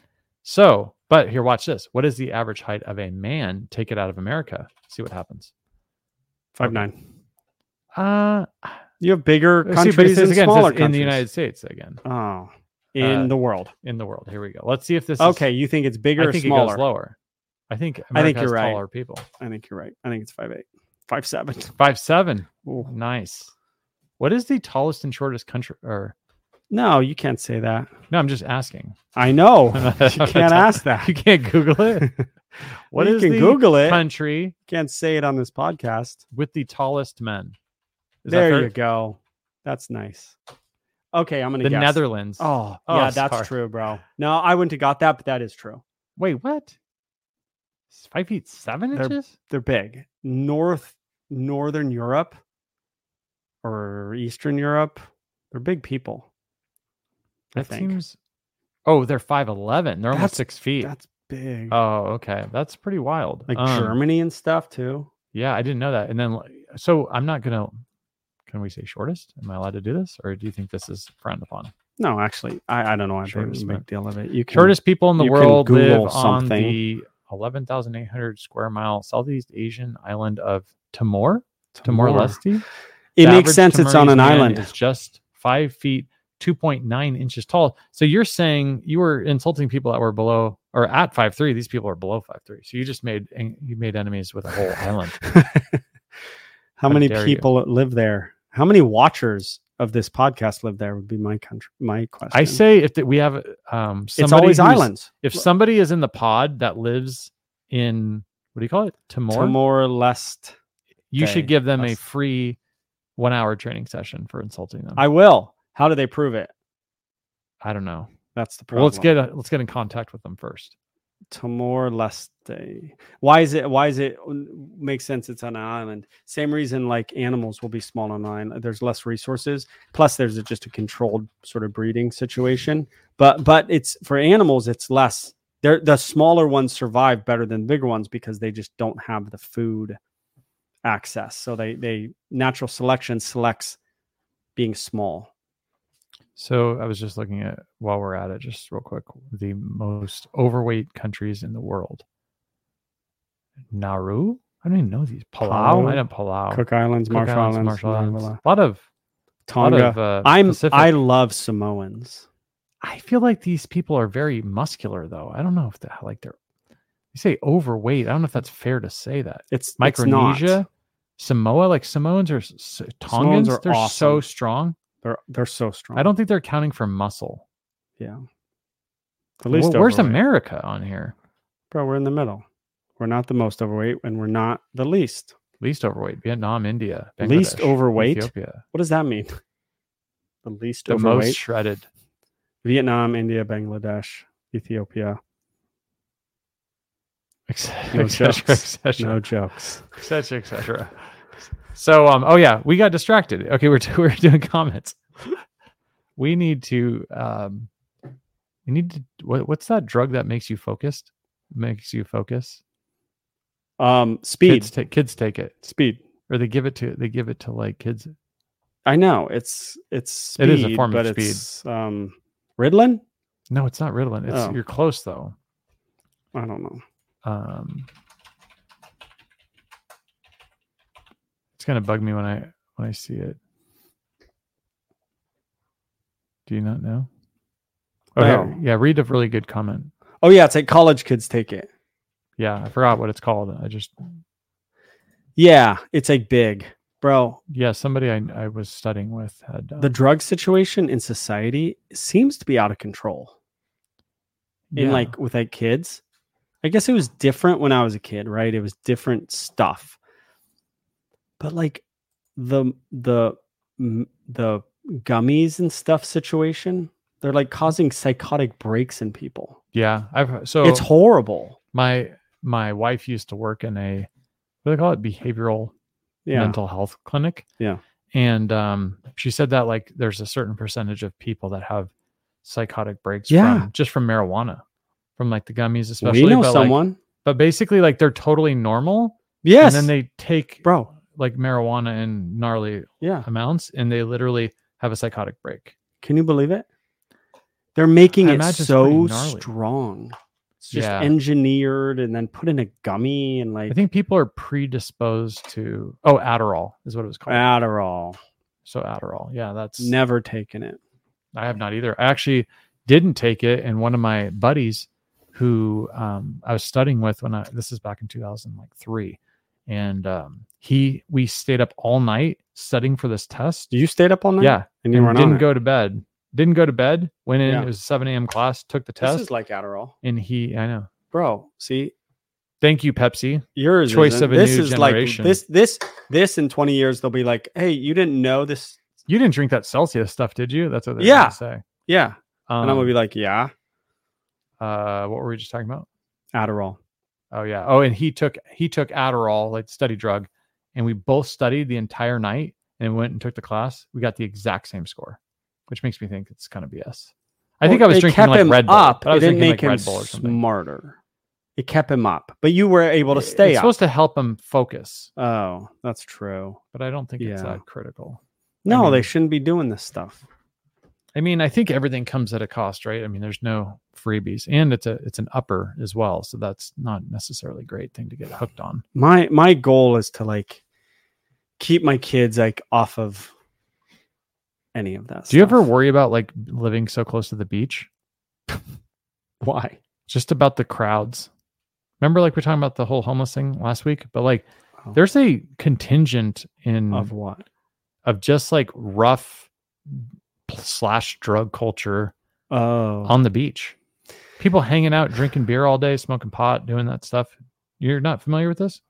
So, but here, watch this. What is the average height of a man? Take it out of America. See what happens. Five nine. Uh, You have bigger see, but it countries says and again, it says smaller in the countries. United States again Oh. In Uh, the world. in the world. Here we go. Let's see if this. is- Okay. You think it's bigger I think or it goes smaller? lower. I think America I think has you're right. taller people. I think you're right. I think it's five eight. Five seven. Five seven. Ooh. Nice. What is the tallest and shortest country? Or No, you can't say that. no, I'm just asking. (laughs) I know. I'm not- you I'm not (laughs) can't ask that. (laughs) You can't Google it. What you is can the Google it. country Can't say it on this podcast. with the tallest men? Is that there fair? you go. That's nice. Okay, I'm gonna the guess. Netherlands. Oh, Oh, yeah, that's sorry. true, bro. No, I wouldn't have got that, but that is true. Wait, what? It's Five feet 7 They're- inches? they're big. North Northern Europe or Eastern Europe, they're big people. I That think seems. Oh, they're five eleven. They're almost That's- six feet. that's big. Oh, okay. That's pretty wild. like Um, Germany and stuff too. Yeah, I didn't know that. And then, like, so I'm not gonna. Can we say shortest? Am I allowed to do this, or do you think this is frowned upon? No, actually, I, I don't know. I made Shortest a man. big deal of it. You can, Shortest people in the you can world live Google on something. the eleven thousand eight hundred square mile Southeast Asian island of Timor. Timor Leste. It The makes average sense. It's on Timorese an man island. Is just five feet, two point nine inches tall. So you're saying you were insulting people that were below or at five three. These people are below five three. So you just made en- you made enemies with (sighs) a whole island. (laughs) How How many dare you. people live there? How many watchers of this podcast live there? Would be my country. My question. I say if that we have um it's somebody always who's- islands. If somebody is in the pod that lives in what do you call it Timor, Timor Leste. you should Leste. give them a Leste. free one hour training session for insulting them. I, I will. How do they prove it? I don't know. That's the problem. Well, let's get a, let's get in contact with them first. Timor Leste. Why is it? Why is it? Makes sense. It's on an island. Same reason, like animals will be small on an island. There's less resources. Plus, there's a, just a controlled sort of breeding situation. But but it's for animals. It's less. They're the smaller ones survive better than the bigger ones because they just don't have the food access. So they they natural selection selects being small. So I was just looking at while we're at it, just real quick, the most overweight countries in the world. Nauru, I don't even know these. Palau? Palau? I know Palau. Cook Islands, Cook Marshall Islands, Islands, Marshall blah, Islands. blah, blah. A lot of, lot Tonga. of, uh, I'm Pacific. I love Samoans. I feel like these people are very muscular though. I don't know if they like they're you say overweight. I don't know if that's fair to say that. It's it's not. Micronesia, Samoa, like Samoans or S- Tongans, are they're so awesome. strong. They're they're so strong. I don't think they're counting for muscle. Yeah. At least Well, where's overweight. America on here? Bro, we're in the middle. We're not the most overweight, and we're not the least. Least overweight, Vietnam, India, Least Bangladesh, overweight? Ethiopia, What does that mean? (laughs) The least the overweight. most shredded. (laughs) Vietnam, India, Bangladesh, Ethiopia. etc. No (laughs) etc. jokes. etc. No jokes. (laughs) etc. etc. So um oh yeah, we got distracted. Okay, we're (laughs) we're doing comments. We need to um we need to what, what's that drug that makes you focused? Makes you focus. Um, speed, Kids take kids take it. speed. Or they give it to they give it to like kids. I know it's it's speed, It is a form of but speed. It's, um, Ritalin. No, it's not Ritalin. It's Oh. you're close though. I don't know. Um It's gonna bug me when I when I see it. Do you not know? Oh, here. No. yeah, read a really good comment. Oh yeah, it's like college kids take it. Yeah, I forgot what it's called. I just Yeah, it's like big, bro. yeah, somebody I, I was studying with had uh, The drug situation in society seems to be out of control. in yeah. like with like kids. I guess it was different when I was a kid, right? It was different stuff. But like the the m- the gummies and stuff situation, they're like causing psychotic breaks in people. yeah. I've so it's horrible. my my wife used to work in a what do they call it behavioral Yeah. mental health clinic. Yeah. And um, she said that like there's a certain percentage of people that have psychotic breaks Yeah. from just from marijuana, from like the gummies, especially. We know but, like- someone. but basically, like they're totally normal. yes. And then they take bro. like marijuana in gnarly Yeah. amounts and they literally have a psychotic break. Can you believe it? They're making I it imagine it's so pretty gnarly. strong. It's just Yeah. engineered and then put in a gummy and like I think people are predisposed to, oh, Adderall is what it was called. Adderall. so Adderall. Yeah. That's, Never taken it. I have not either. I actually didn't take it, and one of my buddies who um, I was studying with when I this is back in 2003, and um, he we stayed up all night studying for this test. You stayed up all night? Yeah, And you and were not didn't go to bed. Didn't go to bed. Went in. Yeah. It was 7 a.m. class. Took the This test, is like Adderall. and he. I know. Bro, see, Thank you, Pepsi. yours Choice isn't. of a this new is generation. like this this this in 20 years they'll be like, "Hey, you didn't know this." You didn't drink that Celsius stuff, did you? That's what they're Yeah. gonna say. Yeah. Um, and I'm going to be like, "Yeah, uh, what were we just talking about? Adderall." Oh yeah. Oh, and he took he took Adderall, like study drug, and we both studied the entire night and went and took the class. We got the exact same score, which makes me think it's kind of BS. I think I Well, was it drinking kept like him Red Bull. up. but I it was didn't drinking make like Red him Bull or something. smarter. It kept him up. But you were able to It- stay It's up. supposed to help him focus, oh, that's true. but I don't think it's Yeah. that critical. No, they mean- shouldn't be doing this stuff. I mean, I think everything comes at a cost, right? I mean, there's no freebies, and it's a it's an upper as well, so that's not necessarily a great thing to get hooked on. My my goal is to like keep my kids like off of any of that. Do you ever stuff. worry about like living so close to the beach? why? just about the crowds. Remember, like we are talking about the whole homeless thing last week, but like Oh. there's a contingent in Of of, what? just like rough slash drug culture Oh. on the beach. People hanging out, drinking beer all day, smoking pot, doing that stuff. You're not familiar with this?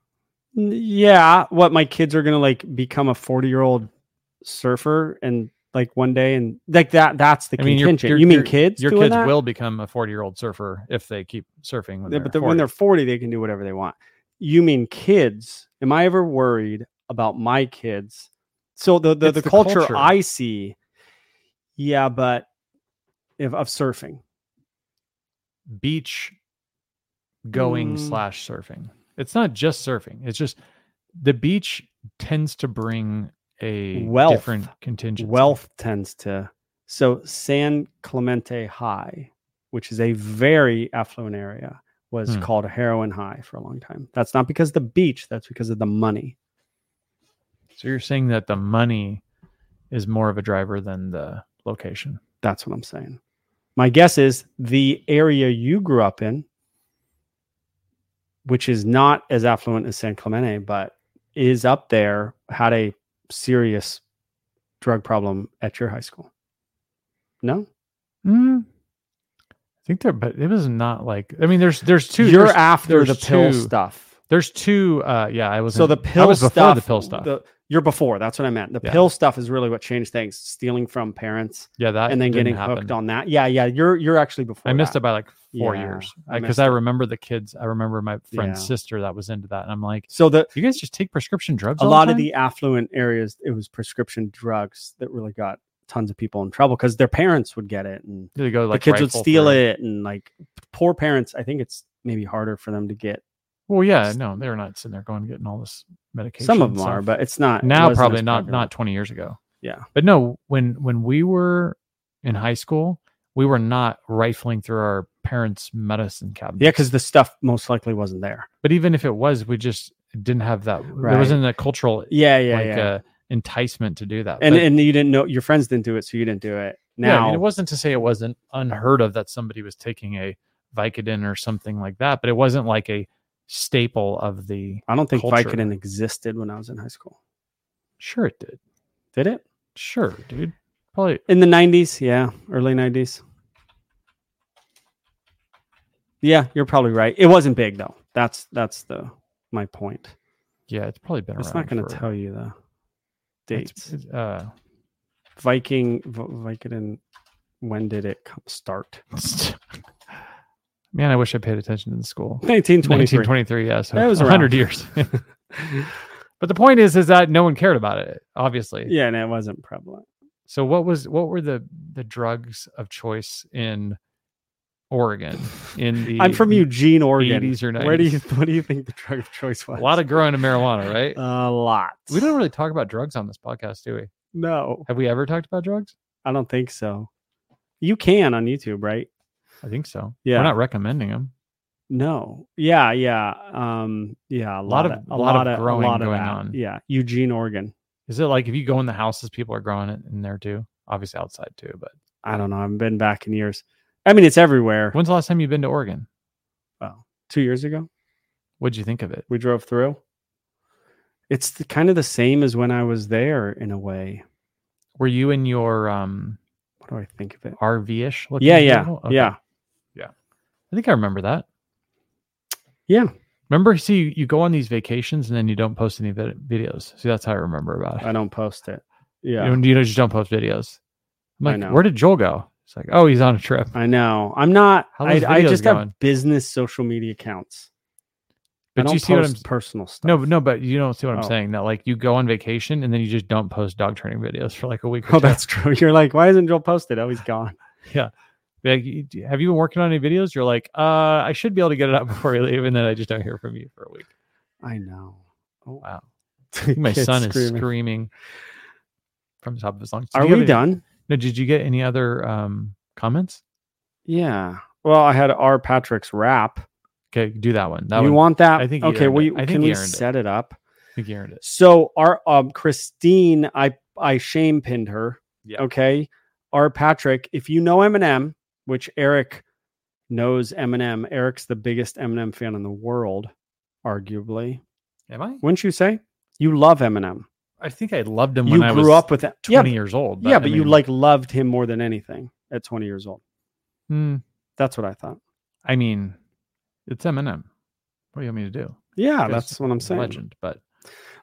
N- Yeah, what my kids are gonna like become a forty-year-old surfer and like one day and like that. That's the I mean, you're- contingent. you're- you mean you're- kids? Your doing kids that? will become a 40 year old surfer if they keep surfing. When Yeah, they're but then when they're forty, they can do whatever they want. You mean kids? Am I ever worried about my kids? So the the, It's the, the culture, culture. I see, yeah, but if of surfing, beach going Mm. slash surfing. It's not just surfing. It's just the beach tends to bring a Wealth. different contingent. wealth tends to. So San Clemente High, which is a very affluent area, was Hmm. called heroin high for a long time. That's not because of the beach, that's because of the money. So you're saying that the money is more of a driver than the location. That's what I'm saying. My guess is the area you grew up in, which is not as affluent as San Clemente, but is up there, had a serious drug problem at your high school. No, Mm. I think there, but it was not like. I mean, there's there's two. you're there's, after the there's pill two- stuff. There's two. Uh, yeah, I was. So the pill I was before stuff, the pill stuff. the- you're before. That's what I meant. The Yeah. pill stuff is really what changed things. Stealing from parents yeah, that and then didn't getting happen. hooked on that. Yeah, yeah. You're you're actually before. I missed that. it by like four Yeah, years I because missed I, it. remember the kids. I remember my friend's Yeah. sister that was into that, and I'm like, So the you guys just take prescription drugs. a all lot the of time?" the affluent areas, it was prescription drugs that really got tons of people in trouble because their parents would get it and They go like the kids would rifle steal through. it and like poor parents. I think it's maybe harder for them to get. Well, yeah, no, they're not sitting there going getting all this medication. Some of and them are, stuff. but it's not it now wasn't probably as not prevalent. not 20 years ago Yeah. but no when when we were in high school we were not rifling through our parents medicine cabinet Yeah, because the stuff most likely wasn't there. but even if it was we just didn't have that Right. there wasn't a cultural Yeah, yeah, like yeah. Uh, enticement to do that and But- and you didn't know your friends didn't do it, so you didn't do it. yeah, I Now mean, it wasn't to say it wasn't unheard of that somebody was taking a vicodin or something like that but it wasn't like a staple of the I don't think culture. Vicodin existed when I was in high school. sure it did Did it sure dude probably in the nineties? Yeah, early nineties. Yeah, you're probably right. It wasn't big though. That's that's the my point. yeah it's probably been It's around not going for- to tell you the it's- dates. it's, uh (laughs) Viking V- Vicodin. When did it come, start? (laughs) Man, I wish I paid attention in school. 1923. 1923, yeah, so That was 100 around. years. (laughs) but the point is, is that no one cared about it, obviously. (laughs) Yeah, and it wasn't prevalent. So what was what were the the drugs of choice in Oregon in (laughs) the I'm from Eugene, Oregon. 80s or 90s? Where do you what do you think the drug of choice was? A lot of growing of marijuana, (laughs) right? a lot. we don't really talk about drugs on this podcast, do we? No, Have we ever talked about drugs? I don't think so. You can on YouTube, right? I think so. Yeah. We're not recommending them. No. Yeah, yeah. Um yeah, a lot, Lot of, of- a lot lot of of growing a lot of going that. on. Yeah, Eugene, Oregon. Is it like if you go in the houses, people are growing it in there too? Obviously outside too, but I don't know. I haven't been back in years. I mean, it's everywhere. when's the last time you've been to Oregon? Two years ago, What'd you think of it? we drove through. It's the, kind of the same as when I was there in a way. Were you in your um What do I think of it? RV ish looking? Yeah, yeah, vehicle? Okay. yeah. I think I remember that. Yeah. Remember, see, you, you go on these vacations and then you don't post any vid- videos. See, that's how I remember about it. I don't post it. You Yeah, don't- You, know, just don't post videos. I'm I like, know. where did Joel go? It's like, oh, he's on a trip. I know. I'm not. How I, those I videos just going? have business social media accounts. I But don't you see what I'm post personal stuff. no, no, but you don't see what I'm Oh. saying. That like you go on vacation and then you just don't post dog training videos for like a week. (laughs) Or Oh, two. that's true. You're like, why isn't Joel posted? Oh, he's gone. Like, you- do- have you been working on any videos? You're like, uh, I should be able to get it up (laughs) before we leave, and then I just don't hear from you for a week. I know. Oh, (laughs) Wow. Two My kids son is screaming. screaming from the top of his lungs. Did Are you have we any- done? No, did you get any other um, comments? Yeah. Well, I had R. Patrick's rap. Okay, do that one. That you one, want that? I think he Okay. earned We it. I think can he we earned it. set it up. I think you earned it. So our um Christine, I I shame pinned her. Yeah. Okay. Our Patrick, if you know Eminem, which Eric knows Eminem, Eric's the biggest Eminem fan in the world, arguably. Am I? Wouldn't you say? You love Eminem. I think I loved him You when I grew was up with that. Yeah, 20 years old. yeah, I but you mean, like loved him more than anything at 20 years old. hmm, That's what I thought. I mean, it's Eminem. What do you want me to do? Yeah, Because that's what I'm he's a saying. Legend, but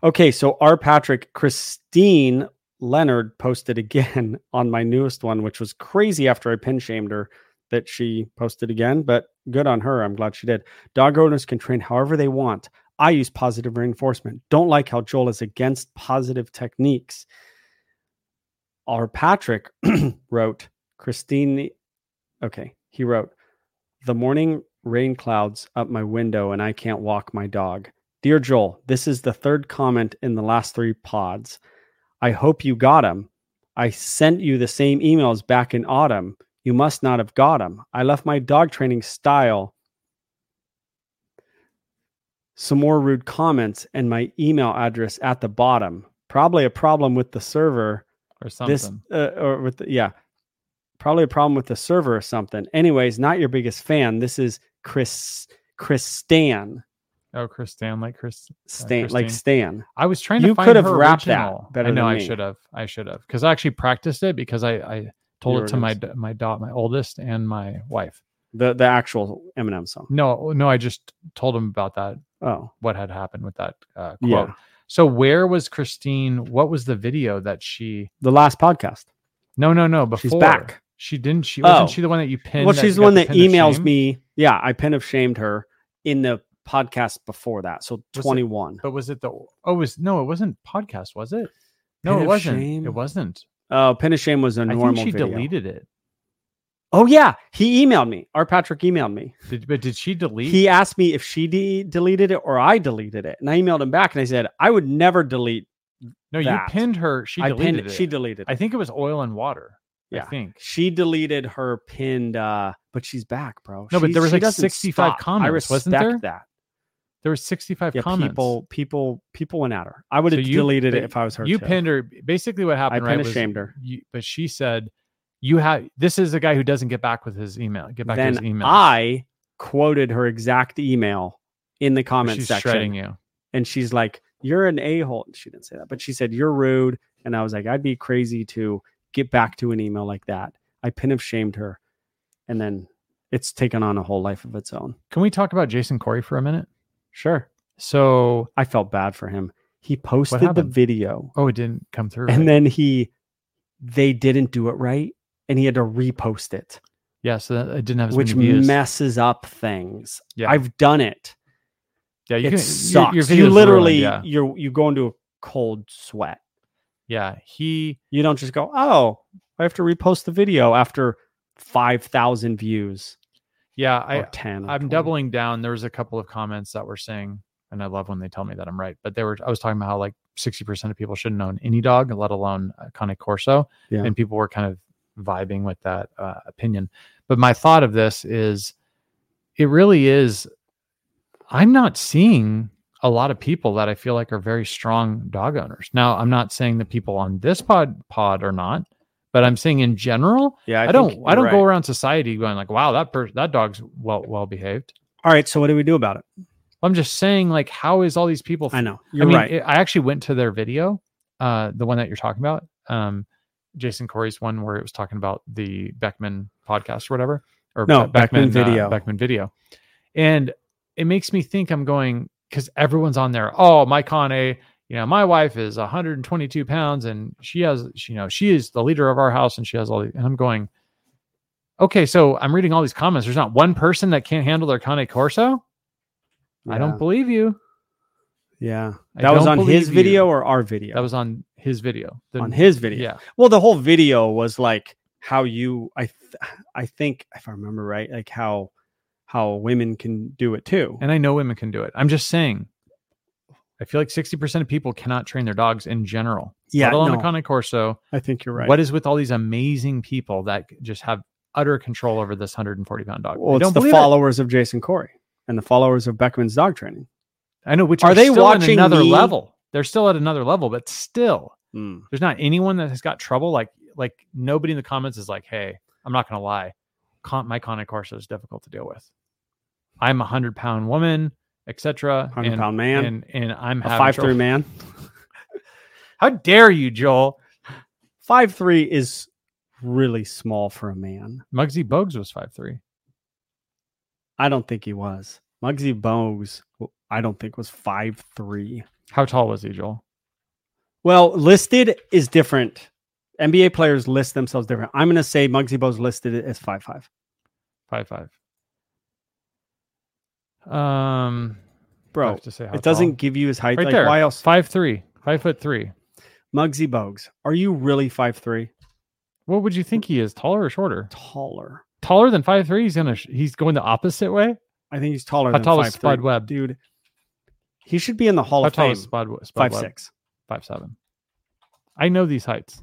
Okay, so our Patrick Christine Leonard posted again (laughs) on my newest one, which was crazy after I pin shamed her that she posted again, but good on her. I'm glad she did. Dog owners can train however they want. I use positive reinforcement. Don't like how Joel is against positive techniques. Our Patrick (clears throat) wrote, Christine, okay, he wrote, the morning rain clouds up my window and I can't walk my dog. Dear Joel, this is the third comment in the last three pods. I hope you got 'em. I sent you the same emails back in autumn. You must not have got 'em. I left my dog training style some more rude comments and my email address at the bottom. Probably a problem with the server. or something. This uh, or with the, yeah, probably a problem with the server or something. Anyways, not your biggest fan. This is Chris Chris Stan oh, Chris Stan, like Chris. Stan like Christine. Stan. I was trying to. You find could have her wrapped that original. better I know. than I me. should have. I should have because I actually practiced it because I I told were it to my against d- my dot my oldest and my wife. The the actual Eminem song. No, no, I just told him about that Oh what had happened with that uh, quote. yeah, So where was Christine? What was the video that she? the last podcast. No, no, no. Before She's back. She didn't. She Oh. wasn't she the one that you pinned. well, that she's the got one that pin of emails shame? me. Yeah, I pin of shamed her in the podcast before that. So it- twenty one. But was it the? Oh, it was no. It wasn't podcast. Was it? No, Pin it of wasn't. shame? It wasn't. Oh, pin of shame was a I normal think she video. deleted it. Oh yeah, he emailed me. Our Patrick emailed me. Did, but did she delete? He asked me if she de- deleted it or I deleted it, and I emailed him back and I said I would never delete. that. no, you pinned her. She I deleted pinned it. She deleted. I it. think it was oil and water. Yeah. I think. She deleted her pinned, uh, but she's back, bro. No, but She- there was she like doesn't 65 stop. I comments, respect wasn't there? that. There were 65 Yeah, comments. people, people, people went at her. I would have you- deleted it but if I was her. you too. pinned her. Basically, what I happened, right? pin was shamed her. you, but she said, "You have this is a guy who doesn't get back with his email. Get back Then to his email." I quoted her exact email in the comment she's section. shredding you. and she's like, "You're an a hole." She didn't say that, but she said, "You're rude." And I was like, "I'd be crazy to get back to an email like that." I pin of shamed her, and then it's taken on a whole life of its own. Can we talk about Jason Corey for a minute? Sure, So, I felt bad for him. He posted the happened? video, oh, it didn't come through. right? and then he they didn't do it right, and he had to repost it, yeah, so that, it didn't have as which many views. messes up things. Yeah. I've done it. yeah, it you can, your- sucks. Your, you video's ruined, literally yeah. you're you go into a cold sweat. yeah, he You don't just go, oh, I have to repost the video after 5,000 views yeah. I, or I 10. or I'm 20. doubling down. There was a couple of comments that were saying, and I love when they tell me that I'm right, but they were. I was talking about how like 60% of people shouldn't own any dog, let alone a Cane Corso, Yeah. and people were kind of vibing with that uh, opinion. But my thought of this is, it really is. I'm not seeing a lot of people that I feel like are very strong dog owners. Now, I'm not saying the people on this pod pod are not, but I'm saying in general, Yeah, I, think don't you're I don't go right. around society going like, wow, that person that dog's well well behaved. All right. So, what do we do about it? I'm just saying, like, how is all these people? I know. I You're mean, right. it- I actually went to their video, uh, the one that you're talking about, um, Jason Corey's one where it was talking about the Beckman podcast or whatever, or No, Be- Beckman uh, video. Beckman video, and it makes me think I'm going because everyone's on there. Oh, my Kane, you know, my wife is 122 pounds and she has, she- you know, she is the leader of our house and she has all the, and I'm going. Okay, so I'm reading all these comments. There's not one person that can't handle their Kane Corso. I Yeah, don't believe you. Yeah. I That was don't on his believe you. video or our video? That was on his video. The- on his video. Yeah. Well, the whole video was like how you, I, th- I think, if I remember right, like how, how women can do it too. And I know women can do it. I'm just saying. I feel like 60% of people cannot train their dogs in general. yeah. Let alone a no, Cane Corso. I think you're right. What is with all these amazing people that c- just have utter control over this 140 pound dog? well, I it's don't the believe it. followers of Jason Corey and the followers of Beckman's dog training. I know, which Are are, they they still watching watching another me? level? They're still at another level, but still, Mm. there's not anyone that has got trouble. Like, like nobody in the comments is like, "Hey, I'm not gonna lie, con- my Cane Corso is difficult to deal with. I'm a hundred pound woman, etc. 100 pound man, and and I'm a having five trouble- three man. How dare you, Joel? five three is really small for a man. Muggsy Bogues was five three. I don't think he was. Muggsy Bogues, w- I don't think was five three. How tall was he, Joel? Well, listed is different. NBA players list themselves different. I'm going to say Muggsy Bogues listed it as five five. Five five. Um, I Bro, have to say how it doesn't tall. give you his height. right like there. why else? Five three, five foot three. Muggsy Bogues, are you really five three? What would you think he is? Taller or shorter? Taller. Taller than five three. He's gonna. Sh- he's going the opposite way. I think he's taller How than tall five is Spud Webb? dude. He should be in the Hall How of tall Fame. is Spud? Spud five Webb? six. Five seven. I know these heights.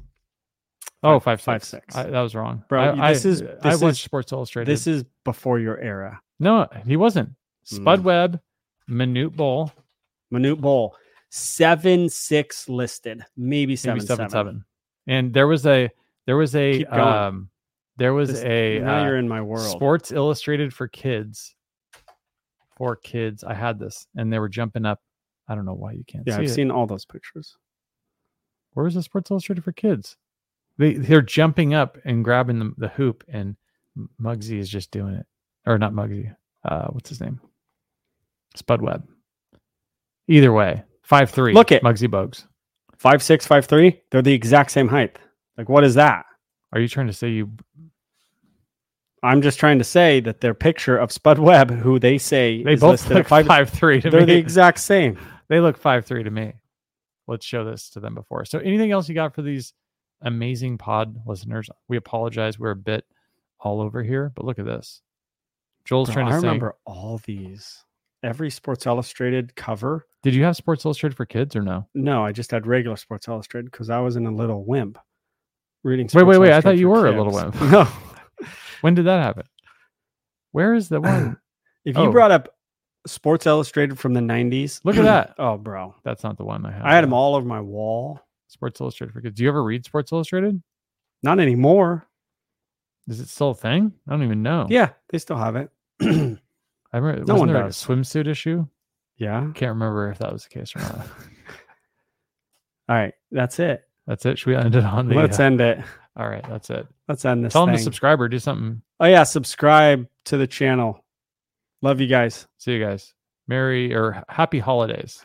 Oh, five six. five, six. I, that was wrong, Bro, I, this I- is- I this watched is- Sports Illustrated. This is before your era. no, he wasn't. Spud Mm. Webb, Minute Bowl, Manute Bowl, seven six listed, maybe seven maybe seven, seven And there was a there was a Keep going. um there was This- a now uh, you're in my world. Sports Illustrated for kids. For kids, I had this, and they were jumping up. I don't know why you can't yeah, see I've it. seen all those pictures. Where is the Sports Illustrated for kids? They they're jumping up and grabbing the, the hoop, and Muggsy is just doing it, or not Muggsy. Uh, what's his name? Spud Webb. Either way, five three. Look it. Muggsy Bogues. Five six, five three. They're the exact same height. Like, what is that? Are you trying to say you? I'm just trying to say that their picture of Spud Webb, who they say They is both listed look at five, five three to they're me. the (laughs) exact same. they look five three to me. Let's show this to them before. So, anything else you got for these amazing pod listeners? We apologize. We're a bit all over here, but look at this. Joel's Bro, trying to I say, remember all these. Every Sports Illustrated cover. did you have Sports Illustrated for kids or no? No, I just had regular Sports Illustrated because I wasn't a little wimp reading. Wait, wait, Sports wait, I thought Illustrated you for were a little kids. wimp. (laughs) No, When did that happen? Where is (clears throat) the one? if Oh. you brought up Sports Illustrated from the '90s, Look at that. (clears throat) Oh, bro, That's not the one I had. I had them all over my wall. Sports Illustrated for kids. Do you ever read Sports Illustrated? Not anymore. Is it still a thing? I don't even know. Yeah, they still have it. (clears throat) I remember. No wasn't one there like does. a swimsuit issue? yeah. Can't remember if that was the case (laughs) or not. All right, that's it. That's it. Should we end it on the? Let's uh, end it. all right, that's it. Let's end this. Tell them thing. to subscribe or do something. Oh yeah, subscribe to the channel. Love you guys. See you guys. Merry or happy holidays.